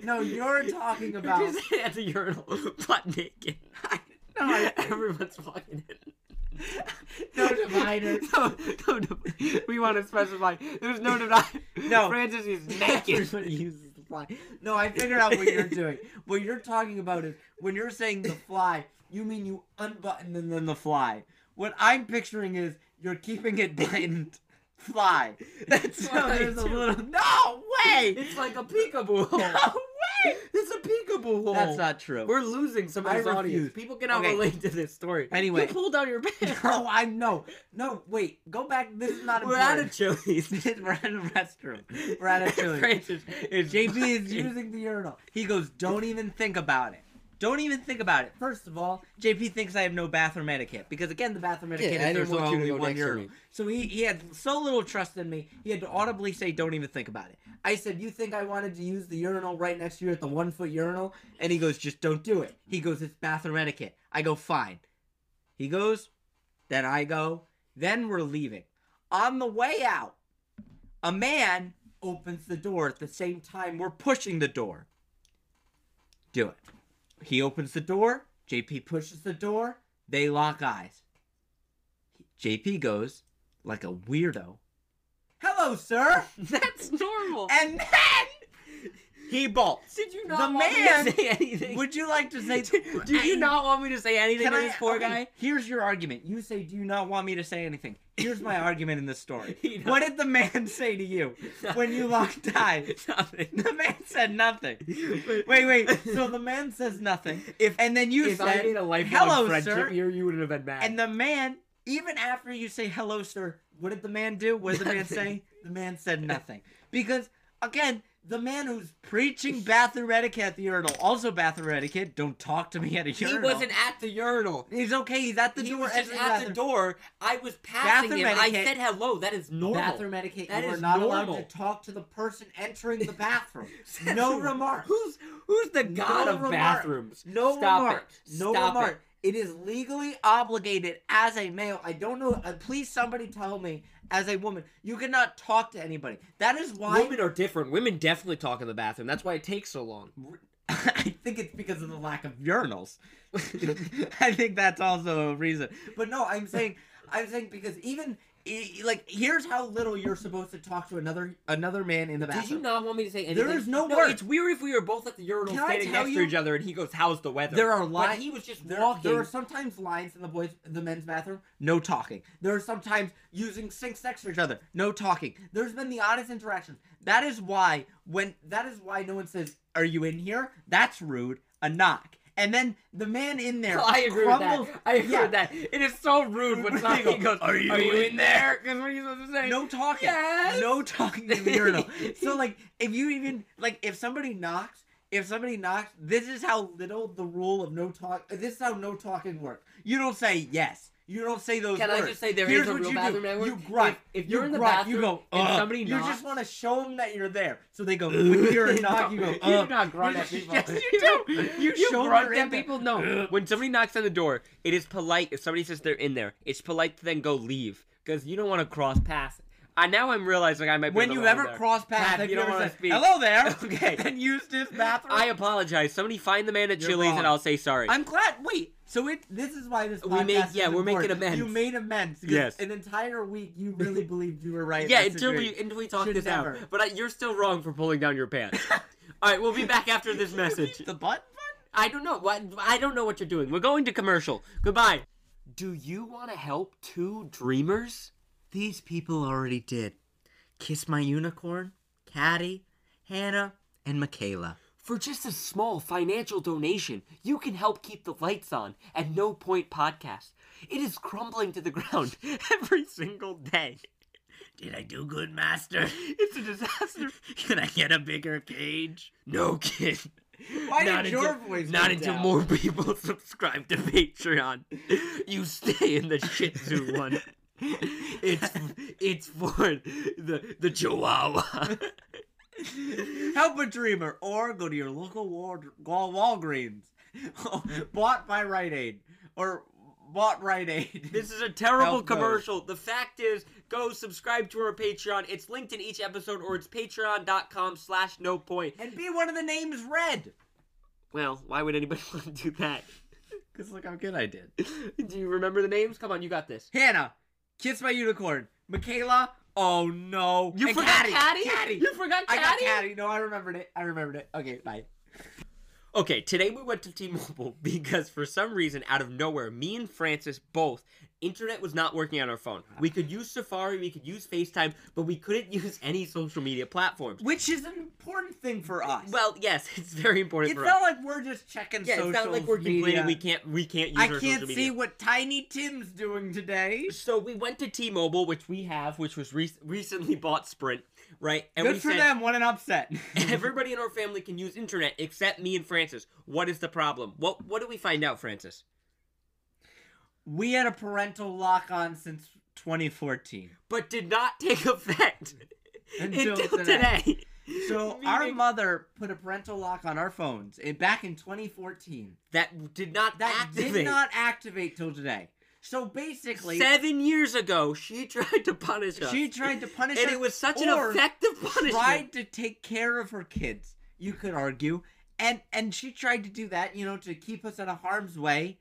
Speaker 2: No, you're talking about
Speaker 1: You just at the urinal, butt naked.
Speaker 2: No, I-
Speaker 1: Everyone's walking in.
Speaker 2: No divider.
Speaker 1: No, no, div- We want to specify. There's no divider.
Speaker 2: No.
Speaker 1: Francis is naked.
Speaker 2: Everybody uses the fly. No, I figured out what you're doing. What you're talking about is when you're saying the fly, you mean you unbutton and then the fly. What I'm picturing is you're keeping it buttoned. Fly. That's so
Speaker 1: what I
Speaker 2: there's a
Speaker 1: do.
Speaker 2: little No way.
Speaker 1: It's like a peekaboo
Speaker 2: No
Speaker 1: hole.
Speaker 2: way.
Speaker 1: It's a peekaboo hole.
Speaker 2: That's not true.
Speaker 1: We're losing some of
Speaker 2: I
Speaker 1: this audience.
Speaker 2: refuse.
Speaker 1: People cannot
Speaker 2: Okay.
Speaker 1: relate to this story.
Speaker 2: Anyway.
Speaker 1: you pulled out your pants.
Speaker 2: no, oh, I no. No, wait. Go back. This is not
Speaker 1: We're out
Speaker 2: important.
Speaker 1: of Chili's.
Speaker 2: We're at a restroom. We're at a chili.
Speaker 1: Francis is
Speaker 2: JP is
Speaker 1: fucking-
Speaker 2: using the urinal. He goes, Don't even think about it. Don't even think about it. First of all, JP thinks I have no bathroom etiquette because again, the bathroom etiquette
Speaker 1: I
Speaker 2: is there's
Speaker 1: didn't want you to
Speaker 2: only
Speaker 1: go
Speaker 2: one
Speaker 1: next to
Speaker 2: urinal.
Speaker 1: me.
Speaker 2: So he, he had so little trust in me. He had to audibly say, "Don't even think about it." I said, "You think I wanted to use the urinal right next to you at the one foot urinal?" And he goes, "Just don't do it." He goes, "It's bathroom etiquette." I go, "Fine." He goes, then I go, then we're leaving. On the way out, a man opens the door at the same time we're pushing the door. Do it. He opens the door. JP pushes the door. They lock eyes. JP goes, like a weirdo, Hello, sir!
Speaker 1: That's normal.
Speaker 2: And then he bolts.
Speaker 1: Did you not
Speaker 2: The
Speaker 1: want me
Speaker 2: man
Speaker 1: to say anything?
Speaker 2: Would you like to say,
Speaker 1: Do you not want me to say anything
Speaker 2: Can
Speaker 1: to
Speaker 2: I-
Speaker 1: this poor
Speaker 2: okay,
Speaker 1: guy?
Speaker 2: Here's your argument. You say, Do you not want me to say anything? Here's my argument in this story.
Speaker 1: He does.
Speaker 2: What did the man say to you when you locked eyes?
Speaker 1: Nothing.
Speaker 2: The man said nothing. Wait, wait. So the man says nothing.
Speaker 1: If
Speaker 2: And then you
Speaker 1: if I
Speaker 2: said,
Speaker 1: made a lifelong
Speaker 2: Hello,
Speaker 1: friendship
Speaker 2: sir.
Speaker 1: here, you would have been mad.
Speaker 2: And the man, even after you say hello, sir, what did the man do? What did the man say? The man said nothing. Because, again, the man who's preaching bathroom etiquette at the urinal, also bathroom etiquette, don't talk to me at a
Speaker 1: he
Speaker 2: urinal.
Speaker 1: wasn't at the urinal.
Speaker 2: He's okay. He's at the
Speaker 1: he
Speaker 2: door.
Speaker 1: was just
Speaker 2: entering
Speaker 1: at the
Speaker 2: bathroom.
Speaker 1: door. I was passing
Speaker 2: Bathroom
Speaker 1: him. I
Speaker 2: etiquette-
Speaker 1: said hello. That is normal.
Speaker 2: Bathroom etiquette.
Speaker 1: That
Speaker 2: you
Speaker 1: is
Speaker 2: are not
Speaker 1: normal.
Speaker 2: allowed to talk to the person entering the bathroom. no remark.
Speaker 1: Who's who's the
Speaker 2: No
Speaker 1: god of
Speaker 2: remark.
Speaker 1: bathrooms?
Speaker 2: No
Speaker 1: Stop
Speaker 2: remark.
Speaker 1: It.
Speaker 2: No
Speaker 1: Stop
Speaker 2: remark. it is legally obligated as a male. I don't know. Uh, please, somebody tell me. As a woman, you cannot talk to anybody. That is
Speaker 1: It.
Speaker 2: why
Speaker 1: Women are different. Women definitely talk in the bathroom. That's why it takes so long.
Speaker 2: I think it's because of the lack of urinals. I think that's also a reason. But no, I'm saying I'm saying because even e- like here's how little you're supposed to talk to another another man in the bathroom.
Speaker 1: Did you not want me to say anything?
Speaker 2: There is no word.
Speaker 1: It's weird if we were both at the urinal
Speaker 2: Can I
Speaker 1: standing
Speaker 2: tell
Speaker 1: next to
Speaker 2: you-
Speaker 1: each other, and he goes, "How's the weather?"
Speaker 2: There are
Speaker 1: But
Speaker 2: lines.
Speaker 1: he was just
Speaker 2: There,
Speaker 1: walking.
Speaker 2: there are sometimes lines in the boys, the men's bathroom. No talking. There are sometimes using sinks next to each other. No talking. There's been the oddest interactions. That is why when that is why no one says, "Are you in here?" That's rude. A knock, and then the man in there.
Speaker 1: I agree
Speaker 2: crumbles.
Speaker 1: with that. I agree
Speaker 2: Yeah.
Speaker 1: with that. It is so rude when somebody goes, "Are you, in there?" Because what are you supposed to say?
Speaker 2: No talking.
Speaker 1: Yes.
Speaker 2: No talking in the urinal. So like, if you even like, if somebody knocks, if somebody knocks, this is how little the rule of no talk. This is how no talking works. You don't say yes. You don't say those
Speaker 1: Can
Speaker 2: words.
Speaker 1: I just say there is
Speaker 2: Here's
Speaker 1: a
Speaker 2: what
Speaker 1: real
Speaker 2: you
Speaker 1: bathroom
Speaker 2: do.
Speaker 1: network?
Speaker 2: You grunt.
Speaker 1: If, if
Speaker 2: you
Speaker 1: you're in the
Speaker 2: grunt.
Speaker 1: bathroom,
Speaker 2: you go.
Speaker 1: and
Speaker 2: "Ugh."
Speaker 1: somebody
Speaker 2: You
Speaker 1: knocks,
Speaker 2: just want to show them that you're there, so they go. When you're a knock, you go.
Speaker 1: You
Speaker 2: "Ugh."
Speaker 1: do not grunt at
Speaker 2: Yes,
Speaker 1: people.
Speaker 2: you do.
Speaker 1: You,
Speaker 2: You show
Speaker 1: grunt
Speaker 2: your
Speaker 1: at
Speaker 2: impact.
Speaker 1: people. No. When somebody knocks on the door, it is polite. If somebody says they're in there, it's polite to then go leave because you don't want to cross paths. I now I'm realizing I might. Be
Speaker 2: When
Speaker 1: on the
Speaker 2: you
Speaker 1: wrong
Speaker 2: ever
Speaker 1: there.
Speaker 2: cross paths,
Speaker 1: Pat,
Speaker 2: if
Speaker 1: you don't
Speaker 2: ever
Speaker 1: wanna
Speaker 2: say,
Speaker 1: speak.
Speaker 2: Hello there.
Speaker 1: Okay.
Speaker 2: And use this bathroom.
Speaker 1: I apologize. Somebody find the man at
Speaker 2: You're
Speaker 1: Chili's
Speaker 2: wrong.
Speaker 1: and I'll say sorry.
Speaker 2: I'm glad. Wait, so it. This is why this.
Speaker 1: We made-
Speaker 2: podcast is
Speaker 1: yeah, we're making
Speaker 2: important.
Speaker 1: amends.
Speaker 2: You made amends. because
Speaker 1: Yes.
Speaker 2: An entire week, you really believed you were right.
Speaker 1: yeah,
Speaker 2: That's
Speaker 1: until
Speaker 2: great.
Speaker 1: we until we talk
Speaker 2: Should
Speaker 1: this
Speaker 2: never.
Speaker 1: out. But I, you're still wrong for pulling down your pants. All right, we'll be back after this message.
Speaker 2: The button.
Speaker 1: I don't know. What I don't know what you're doing. We're going to commercial. Goodbye. Do you want to help two dreamers?
Speaker 2: These people already did. Kiss My Unicorn, Caddy, Hannah, and Michaela.
Speaker 1: For just a small financial donation, you can help keep the lights on at No Point Podcast. It is crumbling to the ground every single day.
Speaker 2: Did I do good, Master?
Speaker 1: It's a disaster.
Speaker 2: Can I get a bigger cage?
Speaker 1: No kid.
Speaker 2: Why did your voice
Speaker 1: Not
Speaker 2: go
Speaker 1: until
Speaker 2: down?
Speaker 1: more people subscribe to Patreon. You stay in the Shih Tzu one. It's it's for the the Chihuahua.
Speaker 2: Help a dreamer or go to your local Wal- Wal- Walgreens. Oh, bought by Rite Aid. Or bought Rite Aid.
Speaker 1: This is a terrible
Speaker 2: Help those.
Speaker 1: commercial. The fact is, go subscribe to our Patreon. It's linked in each episode, or it's patreon.com slash no point.
Speaker 2: and be one of the names red.
Speaker 1: Well, why would anybody want to do that?
Speaker 2: Because look how good I did.
Speaker 1: Do you remember the names? Come on, you got this.
Speaker 2: Hannah, Kiss My Unicorn. Michaela, oh no.
Speaker 1: You
Speaker 2: And
Speaker 1: forgot
Speaker 2: Caddy.
Speaker 1: Caddy?
Speaker 2: Caddy.
Speaker 1: You forgot
Speaker 2: I got
Speaker 1: Caddy?
Speaker 2: Caddy. No, I remembered it. I remembered it. Okay, bye.
Speaker 1: Okay, today we went to T-Mobile because for some reason, out of nowhere, me and Francis both internet was not working on our phone. We could use Safari, we could use FaceTime, but we couldn't use any social media platforms.
Speaker 2: Which is an important thing for us.
Speaker 1: Well, yes, it's very important
Speaker 2: it's
Speaker 1: for
Speaker 2: not
Speaker 1: us.
Speaker 2: like we're just checking
Speaker 1: Yeah,
Speaker 2: social
Speaker 1: it's not like we're
Speaker 2: media.
Speaker 1: complaining we can't we can't use
Speaker 2: I
Speaker 1: our
Speaker 2: can't
Speaker 1: social
Speaker 2: see
Speaker 1: media.
Speaker 2: what Tiny Tim's doing today.
Speaker 1: So we went to T-Mobile, which we have, which was re- recently bought Sprint, right? And
Speaker 2: Good
Speaker 1: we
Speaker 2: for
Speaker 1: said,
Speaker 2: them. What an upset.
Speaker 1: Everybody in our family can use internet except me and Francis. What is the problem? What What do we find out, Francis?
Speaker 2: we had a parental lock on since 2014.
Speaker 1: But did not take effect until,
Speaker 2: Until
Speaker 1: today.
Speaker 2: today. So our
Speaker 1: Meaning
Speaker 2: mother put a parental lock on our phones in, back in 2014.
Speaker 1: that did not
Speaker 2: That
Speaker 1: activate.
Speaker 2: did not activate till today. So basically,
Speaker 1: Seven years ago, she tried to punish us.
Speaker 2: she tried to punish
Speaker 1: and
Speaker 2: us
Speaker 1: it was such
Speaker 2: or
Speaker 1: an effective punishment.
Speaker 2: tried to take care of her kids. You could argue, and and she tried to do that, you know, to keep us out of harm's way.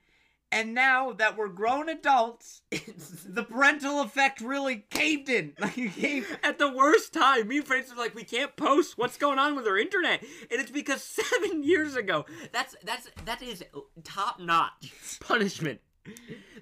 Speaker 2: And now that we're grown adults, the parental effect really caved in. Like it caved
Speaker 1: At the worst time, me and Francis were like, we can't post. What's going on with our internet? And it's because seven years ago. That's that's that is top notch punishment.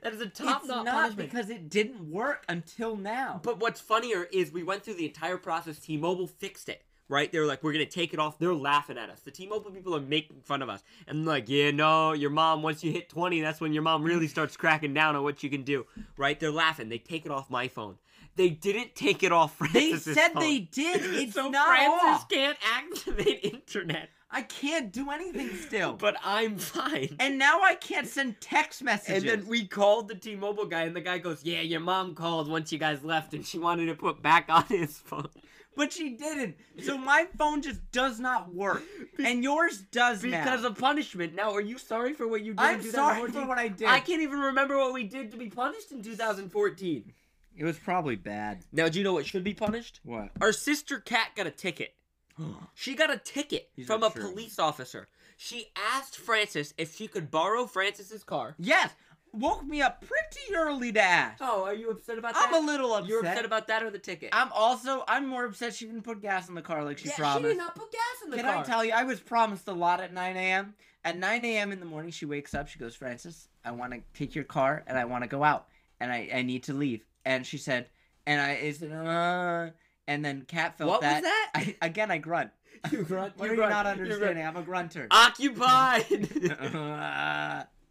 Speaker 1: That is a top
Speaker 2: it's
Speaker 1: notch
Speaker 2: not
Speaker 1: punishment.
Speaker 2: because it didn't work until now.
Speaker 1: But what's funnier is we went through the entire process. T-Mobile fixed it, right? They were like, "We're gonna take it off." They're laughing at us. The T-Mobile people are making fun of us, and they're like, "Yeah, no, your mom. Once you hit 20, that's when your mom really starts cracking down on what you can do." Right? They're laughing. They take it off my phone. They didn't take it off
Speaker 2: they
Speaker 1: Francis's
Speaker 2: said
Speaker 1: phone.
Speaker 2: they did. It's
Speaker 1: so
Speaker 2: not
Speaker 1: Francis
Speaker 2: off.
Speaker 1: can't activate internet,
Speaker 2: I can't do anything still.
Speaker 1: but I'm fine.
Speaker 2: and now I can't send text messages.
Speaker 1: And then we called the T-Mobile guy, and the guy goes, "Yeah, your mom called once you guys left, and she wanted to put back on his phone."
Speaker 2: But she didn't. So my phone just does not work. And yours does
Speaker 1: because
Speaker 2: now.
Speaker 1: of punishment. Now, are you sorry for what you did?
Speaker 2: I'm
Speaker 1: in
Speaker 2: sorry
Speaker 1: 2014?
Speaker 2: for what I did.
Speaker 1: I can't even remember what we did to be punished in 2014.
Speaker 2: It was probably bad.
Speaker 1: Now, do you know what should be punished?
Speaker 2: What?
Speaker 1: Our sister Kat got a ticket. She got a ticket
Speaker 2: These
Speaker 1: from
Speaker 2: are
Speaker 1: a
Speaker 2: true.
Speaker 1: police officer. She asked Francis if she could borrow Francis's car.
Speaker 2: yes. Woke me up pretty early to ask.
Speaker 1: Oh, are you upset about that?
Speaker 2: I'm a little upset.
Speaker 1: You're upset about that or the ticket?
Speaker 2: I'm also I'm more upset she didn't put gas in the car like she
Speaker 1: yeah,
Speaker 2: promised.
Speaker 1: she did not put gas in the
Speaker 2: Can
Speaker 1: car.
Speaker 2: I tell you, I was promised a lot at 9 a.m. At 9 a.m. in the morning, she wakes up. She goes, Francis, I want to take your car and I want to go out and I, I need to leave. And she said, and I is uh, and then Kat felt
Speaker 1: What was
Speaker 2: that.
Speaker 1: that?
Speaker 2: I, again, I grunt.
Speaker 1: you grunt.
Speaker 2: What
Speaker 1: you
Speaker 2: are you
Speaker 1: grunt,
Speaker 2: not
Speaker 1: grunt.
Speaker 2: understanding? I'm a grunter.
Speaker 1: Occupied.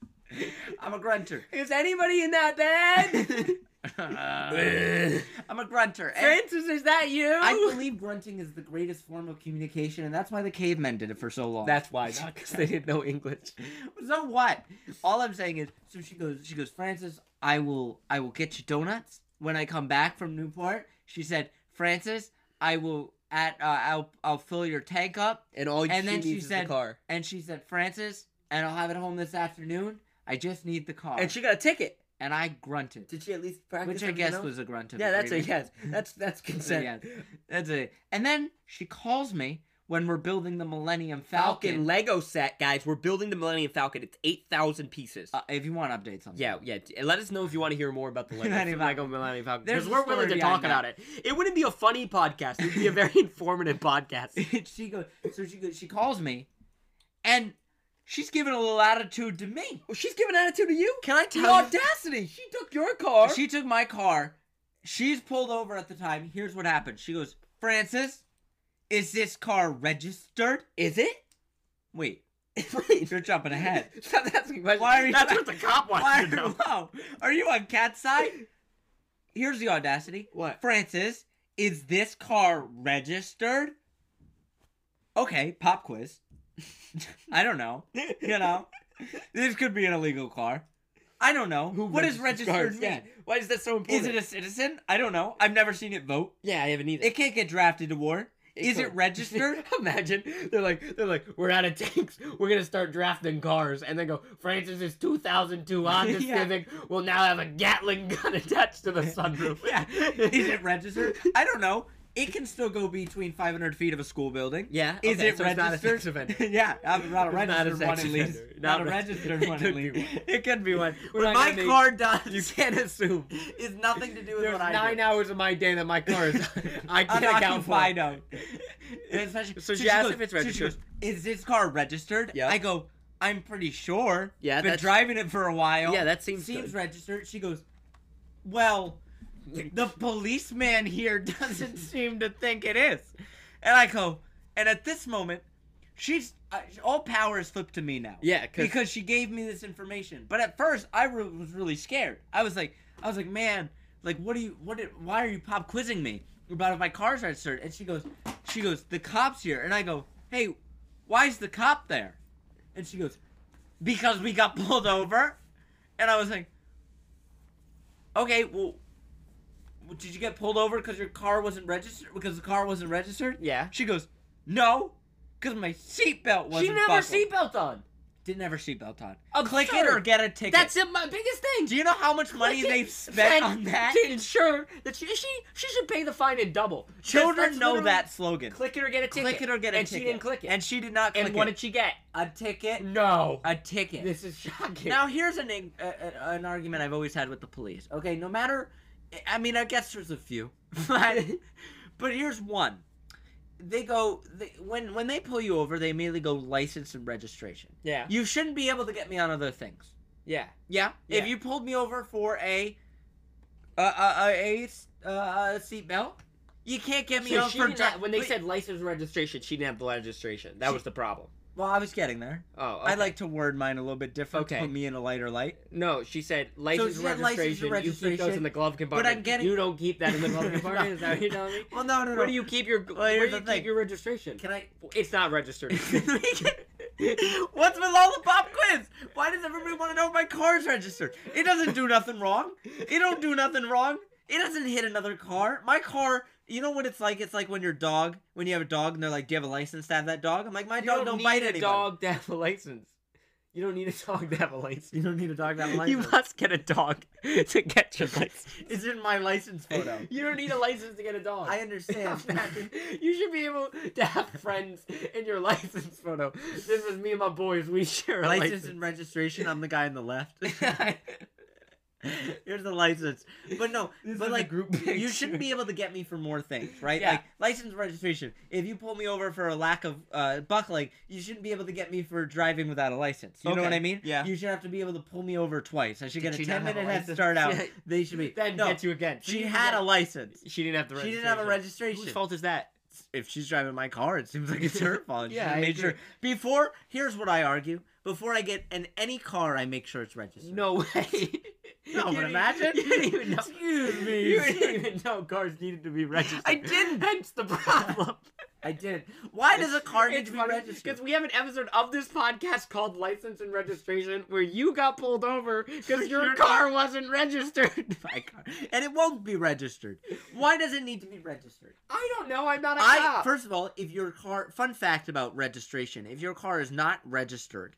Speaker 2: I'm a grunter.
Speaker 1: Is anybody in that bed?
Speaker 2: I'm a grunter. And
Speaker 1: Francis, is that you?
Speaker 2: I believe grunting is the greatest form of communication, and that's why the cavemen did it for so long.
Speaker 1: That's why, not because they didn't know English.
Speaker 2: So what? All I'm saying is, so she goes, she goes, Francis, I will, I will get you donuts when I come back from Newport. She said, Francis, I will at, uh, I'll, I'll fill your tank up.
Speaker 1: And all
Speaker 2: And
Speaker 1: she
Speaker 2: then she
Speaker 1: needs is
Speaker 2: said-
Speaker 1: the car.
Speaker 2: And she said, Francis, and I'll have it home this afternoon. I just need the car.
Speaker 1: And she got a ticket.
Speaker 2: and I grunted,
Speaker 1: Did she at least practice?
Speaker 2: which I
Speaker 1: something
Speaker 2: guess
Speaker 1: else?
Speaker 2: was a grunt of
Speaker 1: Yeah, that's a
Speaker 2: agreement.
Speaker 1: yes. That's that's
Speaker 2: That's a
Speaker 1: consent.
Speaker 2: yes. That's a and then she calls me when we're building the Millennium
Speaker 1: Falcon,
Speaker 2: Falcon.
Speaker 1: Lego set, guys. We're building the Millennium Falcon. It's eight thousand pieces.
Speaker 2: uh, if you want updates on
Speaker 1: yeah, yeah. d- And let us know if you want to hear more about the Lego,
Speaker 2: Millennium
Speaker 1: Lego Millennium Falcon
Speaker 2: There's
Speaker 1: because
Speaker 2: a
Speaker 1: we're willing
Speaker 2: story
Speaker 1: to
Speaker 2: behind
Speaker 1: talk about it. It wouldn't be a funny podcast. It'd be a very informative podcast.
Speaker 2: that. she goes. So she goes. She calls me, and she's giving a little attitude to me.
Speaker 1: Well, she's giving attitude to you. Can I
Speaker 2: The
Speaker 1: tell? you?
Speaker 2: audacity! She took
Speaker 1: Your car.
Speaker 2: She took my car. She's pulled over at the time. Here's what happened. She goes, Francis, is this car registered?
Speaker 1: is it?
Speaker 2: Wait,
Speaker 1: Wait,
Speaker 2: you're jumping ahead.
Speaker 1: Stop asking questions.
Speaker 2: Why are you-
Speaker 1: That's what the cop wants
Speaker 2: Why?
Speaker 1: to know.
Speaker 2: Wow. Are you on cat's side? Here's the audacity.
Speaker 1: What?
Speaker 2: Francis, is this car registered? Okay, pop quiz. I don't know. You know, this could be an illegal car. I don't know. what does
Speaker 1: registers
Speaker 2: registered
Speaker 1: cars?
Speaker 2: mean?
Speaker 1: Yeah. Why is that so
Speaker 2: Is
Speaker 1: important?
Speaker 2: it a citizen? I don't know. I've never seen it vote.
Speaker 1: yeah, I haven't either.
Speaker 2: It can't get drafted to war.
Speaker 1: It
Speaker 2: Is
Speaker 1: could.
Speaker 2: it registered?
Speaker 1: Imagine they're like they're like we're out of tanks. We're gonna start drafting cars, and then go. Francis is 2002 Honda
Speaker 2: Yeah.
Speaker 1: Civic. will now have a Gatling gun attached to the sunroof.
Speaker 2: yeah. Is it registered? I don't know. It can still go between 500 feet of a school building.
Speaker 1: Yeah.
Speaker 2: Is
Speaker 1: okay,
Speaker 2: it
Speaker 1: so it's not a
Speaker 2: registered?
Speaker 1: sex offender.
Speaker 2: yeah, I'm not a
Speaker 1: It's not a
Speaker 2: registered one
Speaker 1: sex
Speaker 2: at least.
Speaker 1: offender.
Speaker 2: Not,
Speaker 1: Not
Speaker 2: a
Speaker 1: a-
Speaker 2: registered one
Speaker 1: It
Speaker 2: at
Speaker 1: could be
Speaker 2: least. It could be one.
Speaker 1: We're
Speaker 2: What
Speaker 1: not
Speaker 2: my
Speaker 1: gonna make-
Speaker 2: car does
Speaker 1: You can't assume.
Speaker 2: is nothing to do with
Speaker 1: There's
Speaker 2: what I
Speaker 1: nine
Speaker 2: do.
Speaker 1: hours of my day that my car is. I can't account for.
Speaker 2: Unoccupied owned. Especially-
Speaker 1: So she asked
Speaker 2: goes-
Speaker 1: if it's
Speaker 2: so she
Speaker 1: registered.
Speaker 2: goes, is this car registered?
Speaker 1: Yeah.
Speaker 2: I go, I'm pretty sure.
Speaker 1: Yeah,
Speaker 2: Been
Speaker 1: that's-
Speaker 2: driving it for a while.
Speaker 1: Yeah, that seems
Speaker 2: seems
Speaker 1: good.
Speaker 2: registered. She goes, Well, the policeman here doesn't seem to think it is. And I go, And at this moment, she's uh, all power is flipped to me now.
Speaker 1: Yeah, 'cause-
Speaker 2: because she gave me this information. But at first, I re- was really scared. I was like, I was like, Man, like, what do you, what, did, why are you pop quizzing me about if my car's registered? And she goes, She goes, The cop's here. And I go, Hey, why's the cop there? And she goes, Because we got pulled over. And I was like, okay, well, well, did you get pulled over because your car wasn't registered? Because the car wasn't registered?
Speaker 1: Yeah.
Speaker 2: She goes, no, because my seatbelt wasn't
Speaker 1: She never
Speaker 2: buckled.
Speaker 1: seatbelt on.
Speaker 2: Didn't have her seatbelt on.
Speaker 1: Absurd.
Speaker 2: Click it or get a ticket.
Speaker 1: That's my biggest thing.
Speaker 2: Do you know how much money
Speaker 1: Click it,
Speaker 2: they've spent
Speaker 1: spend
Speaker 2: on that?
Speaker 1: to ensure that she she, she should pay the fine in double. That's-
Speaker 2: Children
Speaker 1: that's
Speaker 2: know
Speaker 1: literally-
Speaker 2: that slogan.
Speaker 1: Click it or get a ticket.
Speaker 2: Click it or get a
Speaker 1: and
Speaker 2: ticket.
Speaker 1: she didn't click it.
Speaker 2: And she did not click
Speaker 1: And what
Speaker 2: it.
Speaker 1: did she get?
Speaker 2: a ticket.
Speaker 1: No.
Speaker 2: A ticket.
Speaker 1: This is shocking.
Speaker 2: Now here's an ig- a, a, an argument I've always had with the police. Okay, no matter, I mean, I guess there's a few, but but here's one. They go they, when when they pull you over, they immediately go license and registration.
Speaker 1: yeah.
Speaker 2: You shouldn't be able to get me on other things.
Speaker 1: yeah.
Speaker 2: Yeah. If
Speaker 1: Yeah.
Speaker 2: you pulled me over for a a a, a, a, uh, a seatbelt, you can't get me
Speaker 1: So
Speaker 2: on
Speaker 1: she
Speaker 2: for
Speaker 1: didn't
Speaker 2: dri-
Speaker 1: have- when they
Speaker 2: Wait,
Speaker 1: said license registration, she didn't have the registration. That
Speaker 2: She-
Speaker 1: was the problem.
Speaker 2: Well, I was getting there.
Speaker 1: Oh,
Speaker 2: I
Speaker 1: okay.
Speaker 2: like to word mine a little bit different. to
Speaker 1: Okay.
Speaker 2: Put me in a lighter light.
Speaker 1: No, she said license
Speaker 2: she said
Speaker 1: registration. You keep
Speaker 2: license
Speaker 1: those
Speaker 2: registration,
Speaker 1: in the glove compartment.
Speaker 2: I'm getting-
Speaker 1: You don't keep that in the glove compartment. Is that what you're telling me?
Speaker 2: Well, no, no, no.
Speaker 1: Where do you keep your Where
Speaker 2: here's
Speaker 1: do you keep
Speaker 2: the thing.
Speaker 1: your registration?
Speaker 2: Can I?
Speaker 1: It's not registered.
Speaker 2: What's with all the pop quiz? Why does everybody want to know if my car's registered? It doesn't do nothing wrong. It don't do nothing wrong. It doesn't hit another car. My car, you know what it's like? It's like when your dog, when you have a dog and they're like, "Do you have a license to have that dog?" I'm like, "My
Speaker 1: You
Speaker 2: dog don't,
Speaker 1: need
Speaker 2: bite
Speaker 1: a
Speaker 2: anybody."
Speaker 1: dog to have a license. You don't need a dog to have a license.
Speaker 2: You don't need a dog to have a
Speaker 1: You
Speaker 2: license.
Speaker 1: must get a dog to get your license.
Speaker 2: it's in my license photo.
Speaker 1: You don't need a license to get a dog.
Speaker 2: I understand.
Speaker 1: Imagine, you should be able to have friends in your license photo. This is me and my boys. We share a
Speaker 2: license,
Speaker 1: license.
Speaker 2: and registration. I'm the guy on the left. Here's the license, but no,
Speaker 1: This is
Speaker 2: but
Speaker 1: a
Speaker 2: like
Speaker 1: group
Speaker 2: you
Speaker 1: picture.
Speaker 2: shouldn't be able to get me for more things, right?
Speaker 1: Yeah.
Speaker 2: Like license and registration. If you pull me over for a lack of uh, buckling, you shouldn't be able to get me for driving without a license. You know what
Speaker 1: Okay.
Speaker 2: I mean?
Speaker 1: Yeah.
Speaker 2: You should have to be able to pull me over twice. I should
Speaker 1: Did
Speaker 2: get a
Speaker 1: she not
Speaker 2: ten
Speaker 1: have a
Speaker 2: minute head
Speaker 1: license?
Speaker 2: start out.
Speaker 1: Yeah.
Speaker 2: They should be.
Speaker 1: then
Speaker 2: no,
Speaker 1: get you again.
Speaker 2: she had a license.
Speaker 1: She didn't have the.
Speaker 2: She didn't have a registration.
Speaker 1: Whose fault is that?
Speaker 2: if she's driving my car, it seems like it's her fault.
Speaker 1: Yeah,
Speaker 2: yeah,
Speaker 1: I
Speaker 2: I made
Speaker 1: agree.
Speaker 2: sure. Before, here's what I argue: before I get in any car, I make sure it's registered.
Speaker 1: No way.
Speaker 2: No,
Speaker 1: You
Speaker 2: but
Speaker 1: didn't-
Speaker 2: imagine.
Speaker 1: You didn't even know.
Speaker 2: Excuse me.
Speaker 1: You didn't even know cars needed to be registered.
Speaker 2: I didn't.
Speaker 1: Hence the problem.
Speaker 2: I did. Why does a car need to be
Speaker 1: Because
Speaker 2: registered?
Speaker 1: we have an episode of this podcast called License and Registration where you got pulled over because your car wasn't registered.
Speaker 2: My car, and it won't be registered. Why does it need to be registered?
Speaker 1: I don't know. I'm not a
Speaker 2: I
Speaker 1: cop.
Speaker 2: first of all, if your car, fun fact about registration: if your car is not registered,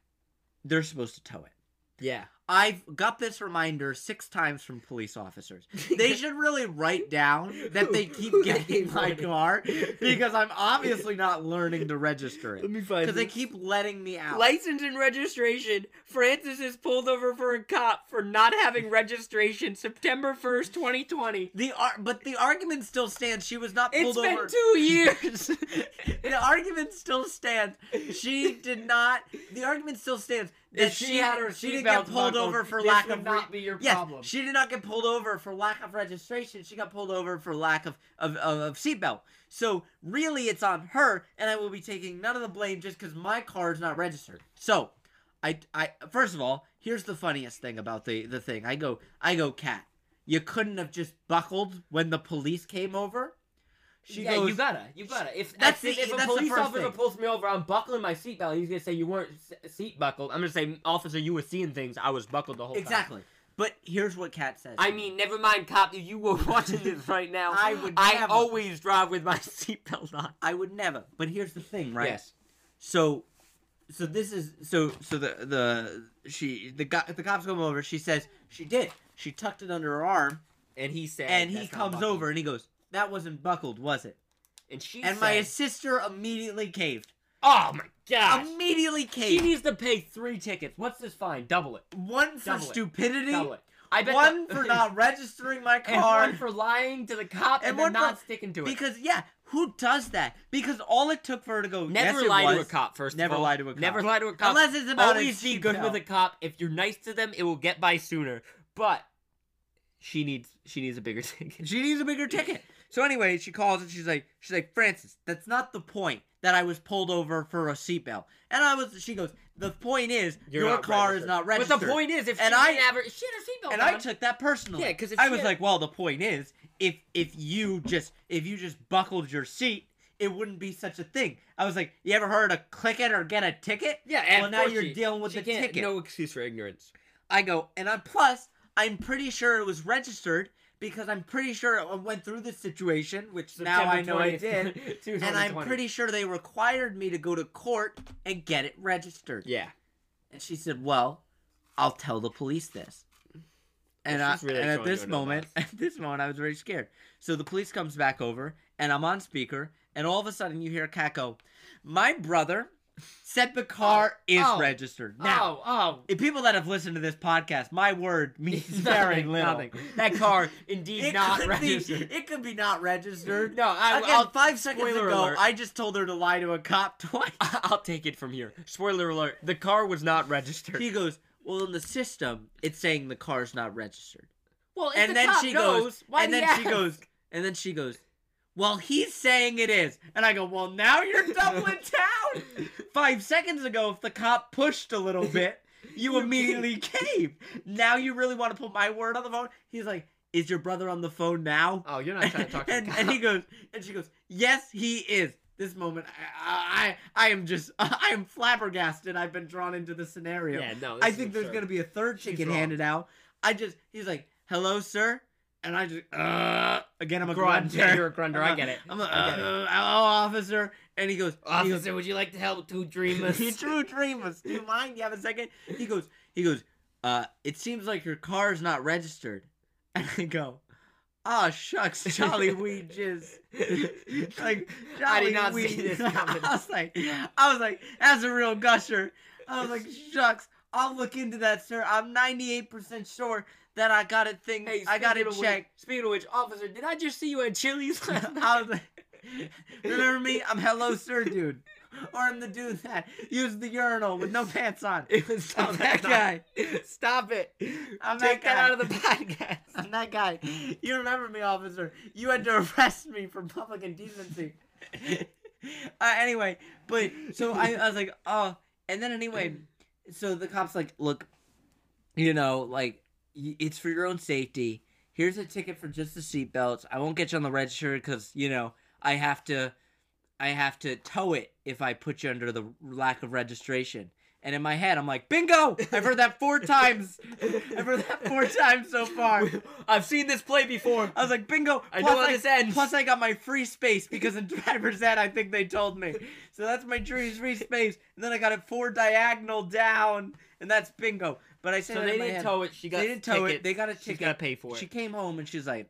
Speaker 2: they're supposed to tow it.
Speaker 1: Yeah.
Speaker 2: I've got this reminder six times from police officers. They should really write down that they keep
Speaker 1: Who they
Speaker 2: getting
Speaker 1: keep
Speaker 2: my
Speaker 1: running.
Speaker 2: car because I'm obviously not learning to register
Speaker 1: Let
Speaker 2: it.
Speaker 1: me find
Speaker 2: Because they
Speaker 1: it.
Speaker 2: keep letting me out.
Speaker 1: License and registration. Francis is pulled over for a cop for not having registration September 1st, 2020.
Speaker 2: the ar- but the argument still stands. She was not pulled
Speaker 1: It's been
Speaker 2: over.
Speaker 1: two years.
Speaker 2: the argument still stands. She did not. The argument still stands. that
Speaker 1: If she had her
Speaker 2: she didn't
Speaker 1: seatbelt
Speaker 2: get pulled
Speaker 1: buckled,
Speaker 2: over for
Speaker 1: this
Speaker 2: lack
Speaker 1: would
Speaker 2: of
Speaker 1: not be your
Speaker 2: yes,
Speaker 1: problem.
Speaker 2: She did not get pulled over for lack of registration. She got pulled over for lack of of, of, of seatbelt. So really, it's on her, and I will be taking none of the blame just because my car is not registered. So, I I first of all, here's the funniest thing about the the thing. I go I go cat. You couldn't have just buckled when the police came over. She
Speaker 1: yeah,
Speaker 2: goes,
Speaker 1: you gotta, you gotta. If
Speaker 2: That's
Speaker 1: that's if,
Speaker 2: the-
Speaker 1: if a
Speaker 2: that's the
Speaker 1: police
Speaker 2: first
Speaker 1: officer
Speaker 2: thing.
Speaker 1: pulls me over, I'm buckling my seatbelt. He's gonna say you weren't se- seat buckled. I'm gonna say, officer, you were seeing things. I was buckled the whole time.
Speaker 2: Exactly. But here's what Kat says.
Speaker 1: I mean, never mind, cop. You were watching this right now.
Speaker 2: I would
Speaker 1: I
Speaker 2: never.
Speaker 1: always drive with my seatbelt on.
Speaker 2: I would never. But here's the thing, right?
Speaker 1: Yes.
Speaker 2: So, so this is so so the the she the guy the cops come over. She says she did. She tucked it under her arm,
Speaker 1: And he said,
Speaker 2: and he
Speaker 1: "That's not
Speaker 2: comes
Speaker 1: buckled."
Speaker 2: over and he goes, "That wasn't buckled, was it?"
Speaker 1: and she
Speaker 2: and
Speaker 1: said,
Speaker 2: my sister immediately caved.
Speaker 1: "Oh my god,
Speaker 2: Immediately
Speaker 1: She
Speaker 2: caved.
Speaker 1: needs to pay three tickets. What's this fine? Double it.
Speaker 2: one for
Speaker 1: Double it.
Speaker 2: stupidity.
Speaker 1: Double it. I bet
Speaker 2: One
Speaker 1: the-
Speaker 2: for not registering my
Speaker 1: and
Speaker 2: car.
Speaker 1: one for lying to the cop and,
Speaker 2: And
Speaker 1: then
Speaker 2: one for-
Speaker 1: not sticking to it.
Speaker 2: because yeah, who does that? Because all it took for her to go.
Speaker 1: never
Speaker 2: yes, it
Speaker 1: lie to a
Speaker 2: was."
Speaker 1: cop. First,
Speaker 2: Never
Speaker 1: of all.
Speaker 2: lie to a cop.
Speaker 1: Never lie to a cop.
Speaker 2: Unless it's about a
Speaker 1: always be
Speaker 2: cheap
Speaker 1: good
Speaker 2: help.
Speaker 1: with a cop. If you're nice to them, it will get by sooner. But she needs she needs a bigger ticket.
Speaker 2: She needs a bigger ticket. So anyway, she calls and she's like, she's like, Francis, that's not the point that I was pulled over for a seatbelt. And I was, she goes, the point is
Speaker 1: You're
Speaker 2: your
Speaker 1: not
Speaker 2: car is not registered.
Speaker 1: But the point is, if
Speaker 2: And
Speaker 1: she
Speaker 2: I-
Speaker 1: didn't have her, she had her seatbelt
Speaker 2: and
Speaker 1: on.
Speaker 2: I took that personally.
Speaker 1: Yeah, 'cause if
Speaker 2: I
Speaker 1: she
Speaker 2: was
Speaker 1: had-
Speaker 2: like, well, the point is, if if you just if you just buckled your seat, it wouldn't be such a thing. I was like, you ever heard of click it or get a ticket?
Speaker 1: yeah, and
Speaker 2: well,
Speaker 1: of
Speaker 2: now
Speaker 1: course
Speaker 2: you're
Speaker 1: she-
Speaker 2: dealing with
Speaker 1: she
Speaker 2: the
Speaker 1: can't-
Speaker 2: ticket.
Speaker 1: No excuse for ignorance.
Speaker 2: I go, and I'm plus, I'm pretty sure it was registered because I'm pretty sure I went through this situation, which now I know I did.
Speaker 1: did,
Speaker 2: and I'm pretty sure they required me to go to court and get it registered.
Speaker 1: Yeah,
Speaker 2: And she said, "Well, I'll tell the police this." And, I,
Speaker 1: She's really
Speaker 2: and at
Speaker 1: throwing you
Speaker 2: this
Speaker 1: under the
Speaker 2: moment,
Speaker 1: bus.
Speaker 2: at this moment, I was very scared. So the police comes back over, and I'm on speaker, and all of a sudden you hear Kat go, "My brother said the car is
Speaker 1: oh,
Speaker 2: registered now."
Speaker 1: oh, oh,
Speaker 2: If people that have listened to this podcast, my word means very
Speaker 1: Nothing,
Speaker 2: little.
Speaker 1: nothing. That car indeed
Speaker 2: It
Speaker 1: not
Speaker 2: could
Speaker 1: registered.
Speaker 2: Be, it could be not registered.
Speaker 1: No, I,
Speaker 2: Again,
Speaker 1: I'll,
Speaker 2: five seconds
Speaker 1: spoiler
Speaker 2: ago,
Speaker 1: alert.
Speaker 2: I just told her to lie to a cop twice.
Speaker 1: I'll take it from here. Spoiler alert: the car was not registered.
Speaker 2: He goes, "Well, in the system, it's saying the car's not registered."
Speaker 1: well, if
Speaker 2: and
Speaker 1: the
Speaker 2: then
Speaker 1: cop
Speaker 2: she
Speaker 1: knows,
Speaker 2: goes,
Speaker 1: why
Speaker 2: and
Speaker 1: do you
Speaker 2: then she
Speaker 1: ask?
Speaker 2: goes, and then she goes, "Well, he's saying it is." And I go, "Well, now you're doubling down." Five seconds ago, if the cop pushed a little bit, you,
Speaker 1: You
Speaker 2: immediately cave. Now you really want to put my word on the phone? He's like, "Is your brother on the phone now?"
Speaker 1: "Oh, you're not trying to talk to
Speaker 2: and,
Speaker 1: the
Speaker 2: and he
Speaker 1: cop."
Speaker 2: goes, and she goes, "Yes, he is." This moment, I, I, I am just, I am flabbergasted. I've been drawn into the scenario.
Speaker 1: Yeah, no.
Speaker 2: I think there's gonna be a third
Speaker 1: She's
Speaker 2: chicken
Speaker 1: wrong.
Speaker 2: handed out. I just, he's like, "Hello, sir," and I just, uh, again, I'm a
Speaker 1: grunt.
Speaker 2: grunter.
Speaker 1: You're a grunter. I get it.
Speaker 2: I'm a,
Speaker 1: I get it.
Speaker 2: uh, hello, officer, and he goes, he goes,
Speaker 1: Officer, would you like to help two dreamers?
Speaker 2: you true dreamers. Do you mind? You have a second? He goes, he goes, uh, it seems like your car is not registered. And I go, ah, shucks, Charlie, we just. like,
Speaker 1: I
Speaker 2: Jolly
Speaker 1: did not
Speaker 2: wee.
Speaker 1: see this coming.
Speaker 2: I was like, I was like, that's a real gusher. I was like, shucks, I'll look into that, sir. I'm 98% sure that I got it thing.
Speaker 1: Hey,
Speaker 2: I got
Speaker 1: speaking
Speaker 2: it
Speaker 1: of which-
Speaker 2: checked.
Speaker 1: Speaking of which, officer, did I just see you at Chili's last night?
Speaker 2: I was like, remember me? I'm hello, sir, dude. Or I'm the dude that used the urinal with no pants on.
Speaker 1: It was
Speaker 2: I'm that guy.
Speaker 1: Stop it.
Speaker 2: I'm
Speaker 1: Take that
Speaker 2: that guy.
Speaker 1: out of the podcast.
Speaker 2: I'm that guy. You remember me, officer. You had to arrest me for public indecency. uh, anyway, but so I, I was like, oh. And then anyway, so the cop's like, look, you know, like, y- it's for your own safety. Here's a ticket for just the seatbelts. I won't get you on the register because, you know, I have to. I have to tow it if I put you under the lack of registration. And in my head, I'm like, bingo! I've heard that four times. I've heard that four times so far.
Speaker 1: I've seen this play before.
Speaker 2: I was like, bingo!
Speaker 1: I know how this ends.
Speaker 2: Plus, I got my free space because in driver's ed, I think they told me. So that's my dream free space. And then I got it four diagonal down, and that's bingo. But I said,
Speaker 1: So
Speaker 2: that
Speaker 1: they
Speaker 2: in my
Speaker 1: didn't
Speaker 2: head.
Speaker 1: tow it. She got
Speaker 2: They didn't tow it.
Speaker 1: tickets.
Speaker 2: They got a
Speaker 1: She's
Speaker 2: ticket.
Speaker 1: gotta pay for it.
Speaker 2: She came home and she's like,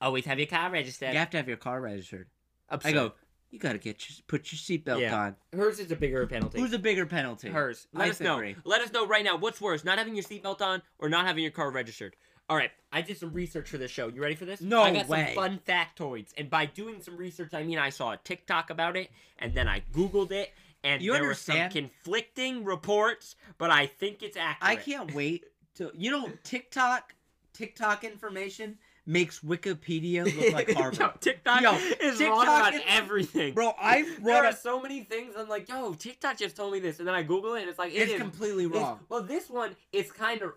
Speaker 1: Always have your car registered.
Speaker 2: you have to have your car registered.
Speaker 1: Absurd.
Speaker 2: I go, you gotta get your, put your seatbelt
Speaker 1: Yeah.
Speaker 2: on.
Speaker 1: Hers is a bigger penalty.
Speaker 2: Who's a bigger penalty?
Speaker 1: Hers. Let
Speaker 2: I
Speaker 1: us know.
Speaker 2: disagree.
Speaker 1: Let us know right now what's worse, not having your seatbelt on or not having your car registered. All right, I did some research for this show. You ready for this?
Speaker 2: No
Speaker 1: I got
Speaker 2: way.
Speaker 1: some fun factoids, and by doing some research, I mean I saw a TikTok about it, and then I Googled it, and
Speaker 2: You
Speaker 1: there were
Speaker 2: understand?
Speaker 1: some conflicting reports, but I think it's accurate.
Speaker 2: I can't wait to you know TikTok TikTok information makes Wikipedia look like Harvard.
Speaker 1: Yo, TikTok
Speaker 2: Yo,
Speaker 1: is wrong
Speaker 2: TikTok
Speaker 1: about
Speaker 2: is-
Speaker 1: everything.
Speaker 2: Bro, I
Speaker 1: there
Speaker 2: brought
Speaker 1: are
Speaker 2: up
Speaker 1: so many things. I'm like, yo, TikTok just told me this, and then I Google it, and it's like it
Speaker 2: it's
Speaker 1: is-
Speaker 2: completely
Speaker 1: it's-
Speaker 2: wrong.
Speaker 1: well, this one is kind of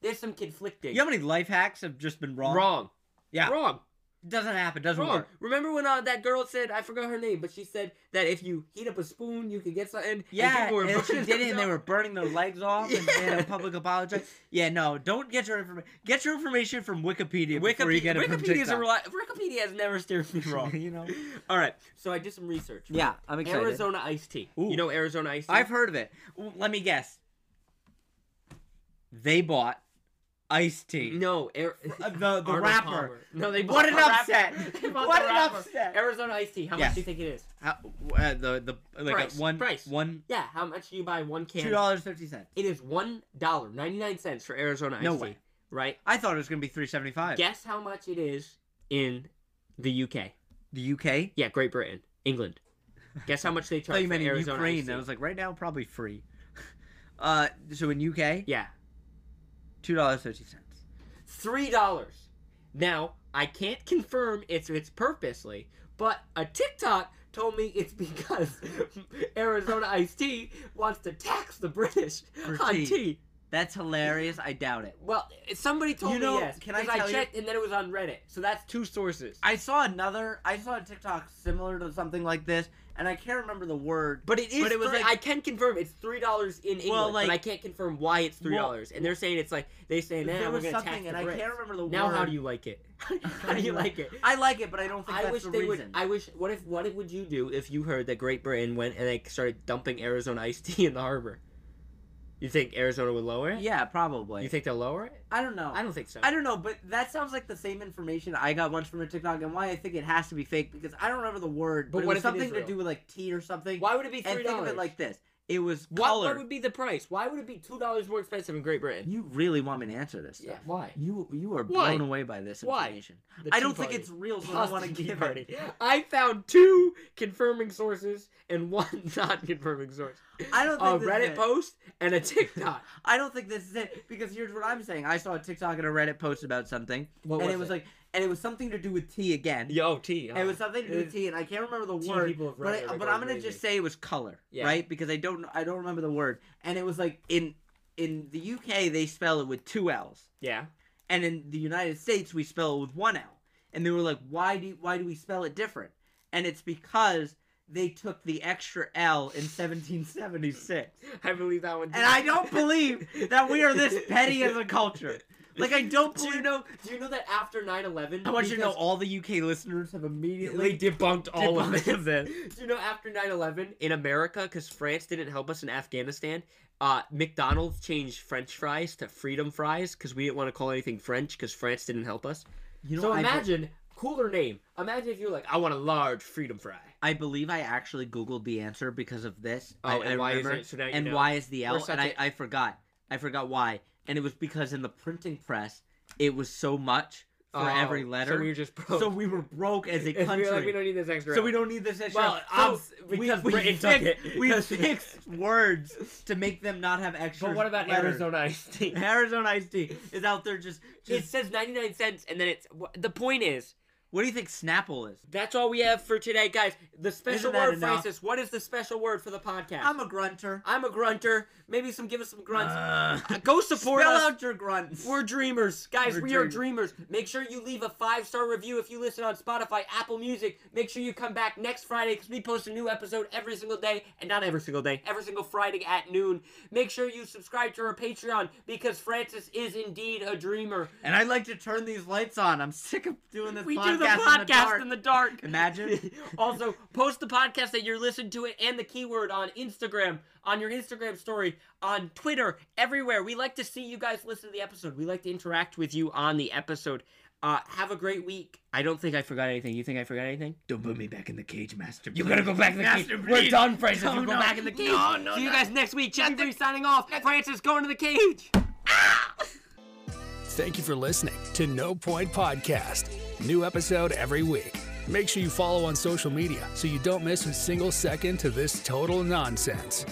Speaker 1: there's some conflicting.
Speaker 2: You know how many life hacks have just been wrong?
Speaker 1: Wrong.
Speaker 2: Yeah.
Speaker 1: Wrong.
Speaker 2: Doesn't happen. Doesn't
Speaker 1: Wrong.
Speaker 2: work.
Speaker 1: Remember when uh, that girl said I forgot her name, but she said that if you heat up a spoon, you can get something.
Speaker 2: Yeah,
Speaker 1: and people were
Speaker 2: and she
Speaker 1: burning
Speaker 2: did it, and they
Speaker 1: themselves-
Speaker 2: were burning their legs off, and they had a public apology. Yeah, no, don't get your information. Get your information from Wikipedia before you
Speaker 1: Wikipedia.
Speaker 2: get it from
Speaker 1: Wikipedia is a
Speaker 2: TikTok.
Speaker 1: reli- Wikipedia has never steered me wrong.
Speaker 2: you know.
Speaker 1: All right, so I did some research.
Speaker 2: Yeah, I'm excited.
Speaker 1: Arizona iced tea. You
Speaker 2: Ooh.
Speaker 1: know Arizona iced tea.
Speaker 2: I've heard of it. W- Let me guess. They bought iced tea.
Speaker 1: no Ar-
Speaker 2: Uh, the the
Speaker 1: Arnold
Speaker 2: rapper.
Speaker 1: Palmer. No, they bought
Speaker 2: What an
Speaker 1: the rapper.
Speaker 2: upset!
Speaker 1: They bought
Speaker 2: What
Speaker 1: the
Speaker 2: an
Speaker 1: rapper.
Speaker 2: upset!
Speaker 1: Arizona iced tea. How much
Speaker 2: Yes.
Speaker 1: do you think it is?
Speaker 2: How, uh, the the like
Speaker 1: Price,
Speaker 2: a one
Speaker 1: price.
Speaker 2: one
Speaker 1: Yeah, how much do you buy one can?
Speaker 2: two dollars fifty cents.
Speaker 1: It is one dollar ninety nine cents for Arizona iced
Speaker 2: No
Speaker 1: tea.
Speaker 2: way.
Speaker 1: Right.
Speaker 2: I thought it was gonna be three seventy five.
Speaker 1: Guess how much it is in the UK?
Speaker 2: The UK. I
Speaker 1: Yeah, Great Britain, England. Guess how much they charge
Speaker 2: thought you
Speaker 1: for
Speaker 2: meant in
Speaker 1: Arizona
Speaker 2: Ukraine.
Speaker 1: iced tea?
Speaker 2: I was like, right now probably free. uh, so in UK,
Speaker 1: yeah,
Speaker 2: two dollars fifty cents.
Speaker 1: three dollars. Now I can't confirm it's it's purposely, but a TikTok told me it's because Arizona iced tea wants to tax the British
Speaker 2: For
Speaker 1: on tea.
Speaker 2: tea. That's hilarious. I doubt it.
Speaker 1: Well, somebody told
Speaker 2: You know,
Speaker 1: me yes.
Speaker 2: can I
Speaker 1: 'cause
Speaker 2: tell
Speaker 1: I
Speaker 2: you-
Speaker 1: checked and then it was on Reddit, so that's two sources.
Speaker 2: I saw another. I saw a TikTok similar to something like this, and I can't remember the word.
Speaker 1: But it is.
Speaker 2: But it was
Speaker 1: three-
Speaker 2: like-
Speaker 1: I can confirm it's three dollars in England,
Speaker 2: Well, like-
Speaker 1: but I can't confirm why it's three
Speaker 2: Well-
Speaker 1: dollars. and they're saying it's like they say now
Speaker 2: there
Speaker 1: we're
Speaker 2: was
Speaker 1: gonna tax
Speaker 2: something,
Speaker 1: the
Speaker 2: and I
Speaker 1: Brits.
Speaker 2: can't remember the
Speaker 1: Now,
Speaker 2: word.
Speaker 1: how do you like it? how do you like it?
Speaker 2: I like it, but I don't think
Speaker 1: I
Speaker 2: that's
Speaker 1: wish
Speaker 2: the
Speaker 1: they
Speaker 2: reason.
Speaker 1: would. I wish. What if? What would you do if you heard that Great Britain went and they started dumping Arizona iced tea in the harbor? You think Arizona would lower it?
Speaker 2: Yeah, probably.
Speaker 1: You think they'll lower it?
Speaker 2: I don't know.
Speaker 1: I don't think so.
Speaker 2: I don't know, but that sounds like the same information I got once from a TikTok, and why I think it has to be fake because I don't remember the word,
Speaker 1: But
Speaker 2: but, it
Speaker 1: what if
Speaker 2: was
Speaker 1: it is
Speaker 2: something to
Speaker 1: real?
Speaker 2: do with like tea or something.
Speaker 1: Why would it be
Speaker 2: and
Speaker 1: three
Speaker 2: think of
Speaker 1: dollars?
Speaker 2: it like this: it was
Speaker 1: what,
Speaker 2: color.
Speaker 1: what would be the price? Why would it be two dollars more expensive in Great Britain?
Speaker 2: You really want me to answer this?
Speaker 1: Yeah.
Speaker 2: Stuff.
Speaker 1: Why?
Speaker 2: You you are
Speaker 1: Why?
Speaker 2: blown away by this
Speaker 1: Why?
Speaker 2: information.
Speaker 1: The
Speaker 2: I
Speaker 1: Tea
Speaker 2: don't think
Speaker 1: Party.
Speaker 2: it's real, so I
Speaker 1: Boston
Speaker 2: don't want to
Speaker 1: Tea
Speaker 2: give
Speaker 1: Party.
Speaker 2: it.
Speaker 1: I found two confirming sources and one non-confirming source.
Speaker 2: I don't
Speaker 1: A
Speaker 2: think this is
Speaker 1: Oh, Reddit
Speaker 2: it.
Speaker 1: post and a TikTok.
Speaker 2: I don't think this is it because here's what I'm saying. I saw a TikTok and a Reddit post about something,
Speaker 1: What
Speaker 2: and
Speaker 1: was
Speaker 2: it was
Speaker 1: it?
Speaker 2: like, and it was something to do with tea again.
Speaker 1: Yo, T.
Speaker 2: And it was something to do with
Speaker 1: T.
Speaker 2: tea, and I can't remember the
Speaker 1: Tea
Speaker 2: word.
Speaker 1: people have
Speaker 2: But,
Speaker 1: read it,
Speaker 2: I,
Speaker 1: like,
Speaker 2: but
Speaker 1: all
Speaker 2: I'm gonna
Speaker 1: crazy.
Speaker 2: just say it was color,
Speaker 1: Yeah.
Speaker 2: right? Because I don't I don't remember the word, and it was like in in the UK they spell it with two L's,
Speaker 1: Yeah.
Speaker 2: and in the United States we spell it with one L. And they were like, why do why do we spell it different? And it's because they took the extra L in 1776.
Speaker 1: I believe that one.
Speaker 2: And I don't believe that we are this petty as a culture. Like I don't
Speaker 1: Do
Speaker 2: believe.
Speaker 1: you know? Do you know that after 9/11?
Speaker 2: I want you to know
Speaker 1: because
Speaker 2: all the UK listeners have
Speaker 1: They
Speaker 2: immediately
Speaker 1: debunked all of
Speaker 2: debunked
Speaker 1: this. Do you know after 9/11 in America, because France didn't help us in Afghanistan, uh, McDonald's changed French fries to Freedom fries because we didn't want to call anything French because France didn't help us.
Speaker 2: You know,
Speaker 1: so
Speaker 2: I be-
Speaker 1: imagine cooler name. Imagine if you're like, I want a large Freedom fry.
Speaker 2: I believe I actually googled the answer because of this.
Speaker 1: Oh,
Speaker 2: I,
Speaker 1: and
Speaker 2: I
Speaker 1: why is
Speaker 2: remember.
Speaker 1: it? So now you
Speaker 2: and
Speaker 1: know.
Speaker 2: why is the
Speaker 1: We're
Speaker 2: L?
Speaker 1: such
Speaker 2: And I,
Speaker 1: a-
Speaker 2: I forgot. I forgot why. And it was because in the printing press, it was so much for
Speaker 1: Oh,
Speaker 2: every
Speaker 1: So
Speaker 2: letter.
Speaker 1: we were just broke.
Speaker 2: So we were broke as a
Speaker 1: And we were
Speaker 2: country.
Speaker 1: like, we don't need this extra.
Speaker 2: so we don't need this extra.
Speaker 1: Well,
Speaker 2: So
Speaker 1: I'm s- because Britain took
Speaker 2: fixed-
Speaker 1: it.
Speaker 2: We fixed words to make them not have extra.
Speaker 1: But what about
Speaker 2: letters.
Speaker 1: Arizona iced tea?
Speaker 2: Arizona iced tea is out there just,
Speaker 1: it
Speaker 2: just
Speaker 1: says 99 cents and then it's wh- the point is
Speaker 2: What do you think Snapple is?
Speaker 1: That's all we have for today, guys. The special
Speaker 2: Isn't that
Speaker 1: word,
Speaker 2: enough?
Speaker 1: Francis. What is the special word for the podcast?
Speaker 2: I'm a grunter.
Speaker 1: I'm a grunter. Maybe some give us some grunts.
Speaker 2: Uh,
Speaker 1: Go support
Speaker 2: spell
Speaker 1: us.
Speaker 2: out your grunts.
Speaker 1: We're dreamers, guys.
Speaker 2: We're
Speaker 1: we are dreamers. Make sure you leave a five star review if you listen on Spotify, Apple Music. Make sure you come back next Friday because we post a new episode every single day, and not every single day, every single Friday at noon. Make sure you subscribe to our Patreon because Francis is indeed a dreamer.
Speaker 2: And I'd like to turn these lights on. I'm sick of doing this
Speaker 1: We
Speaker 2: podcast,
Speaker 1: do the podcast
Speaker 2: in
Speaker 1: in
Speaker 2: the dark.
Speaker 1: the dark.
Speaker 2: Imagine.
Speaker 1: also, post the podcast that you're listening to it and the keyword on Instagram, on your Instagram story, on Twitter, everywhere. We like to see you guys listen to the episode. We like to interact with you on the episode. Uh, have a great week. I don't think I forgot anything. You think I forgot anything?
Speaker 2: Don't put me back in the cage, Master.
Speaker 1: You gotta go back in the cage.
Speaker 2: Master,
Speaker 1: We're
Speaker 2: please.
Speaker 1: done, Francis.
Speaker 2: No,
Speaker 1: you go
Speaker 2: no.
Speaker 1: back in the cage.
Speaker 2: No, no,
Speaker 1: see you
Speaker 2: no.
Speaker 1: guys next week. Jeffrey signing off. Francis going to the cage.
Speaker 4: Thank you for listening to No Point Podcast. New episode every week. Make sure you follow on social media so you don't miss a single second to this total nonsense.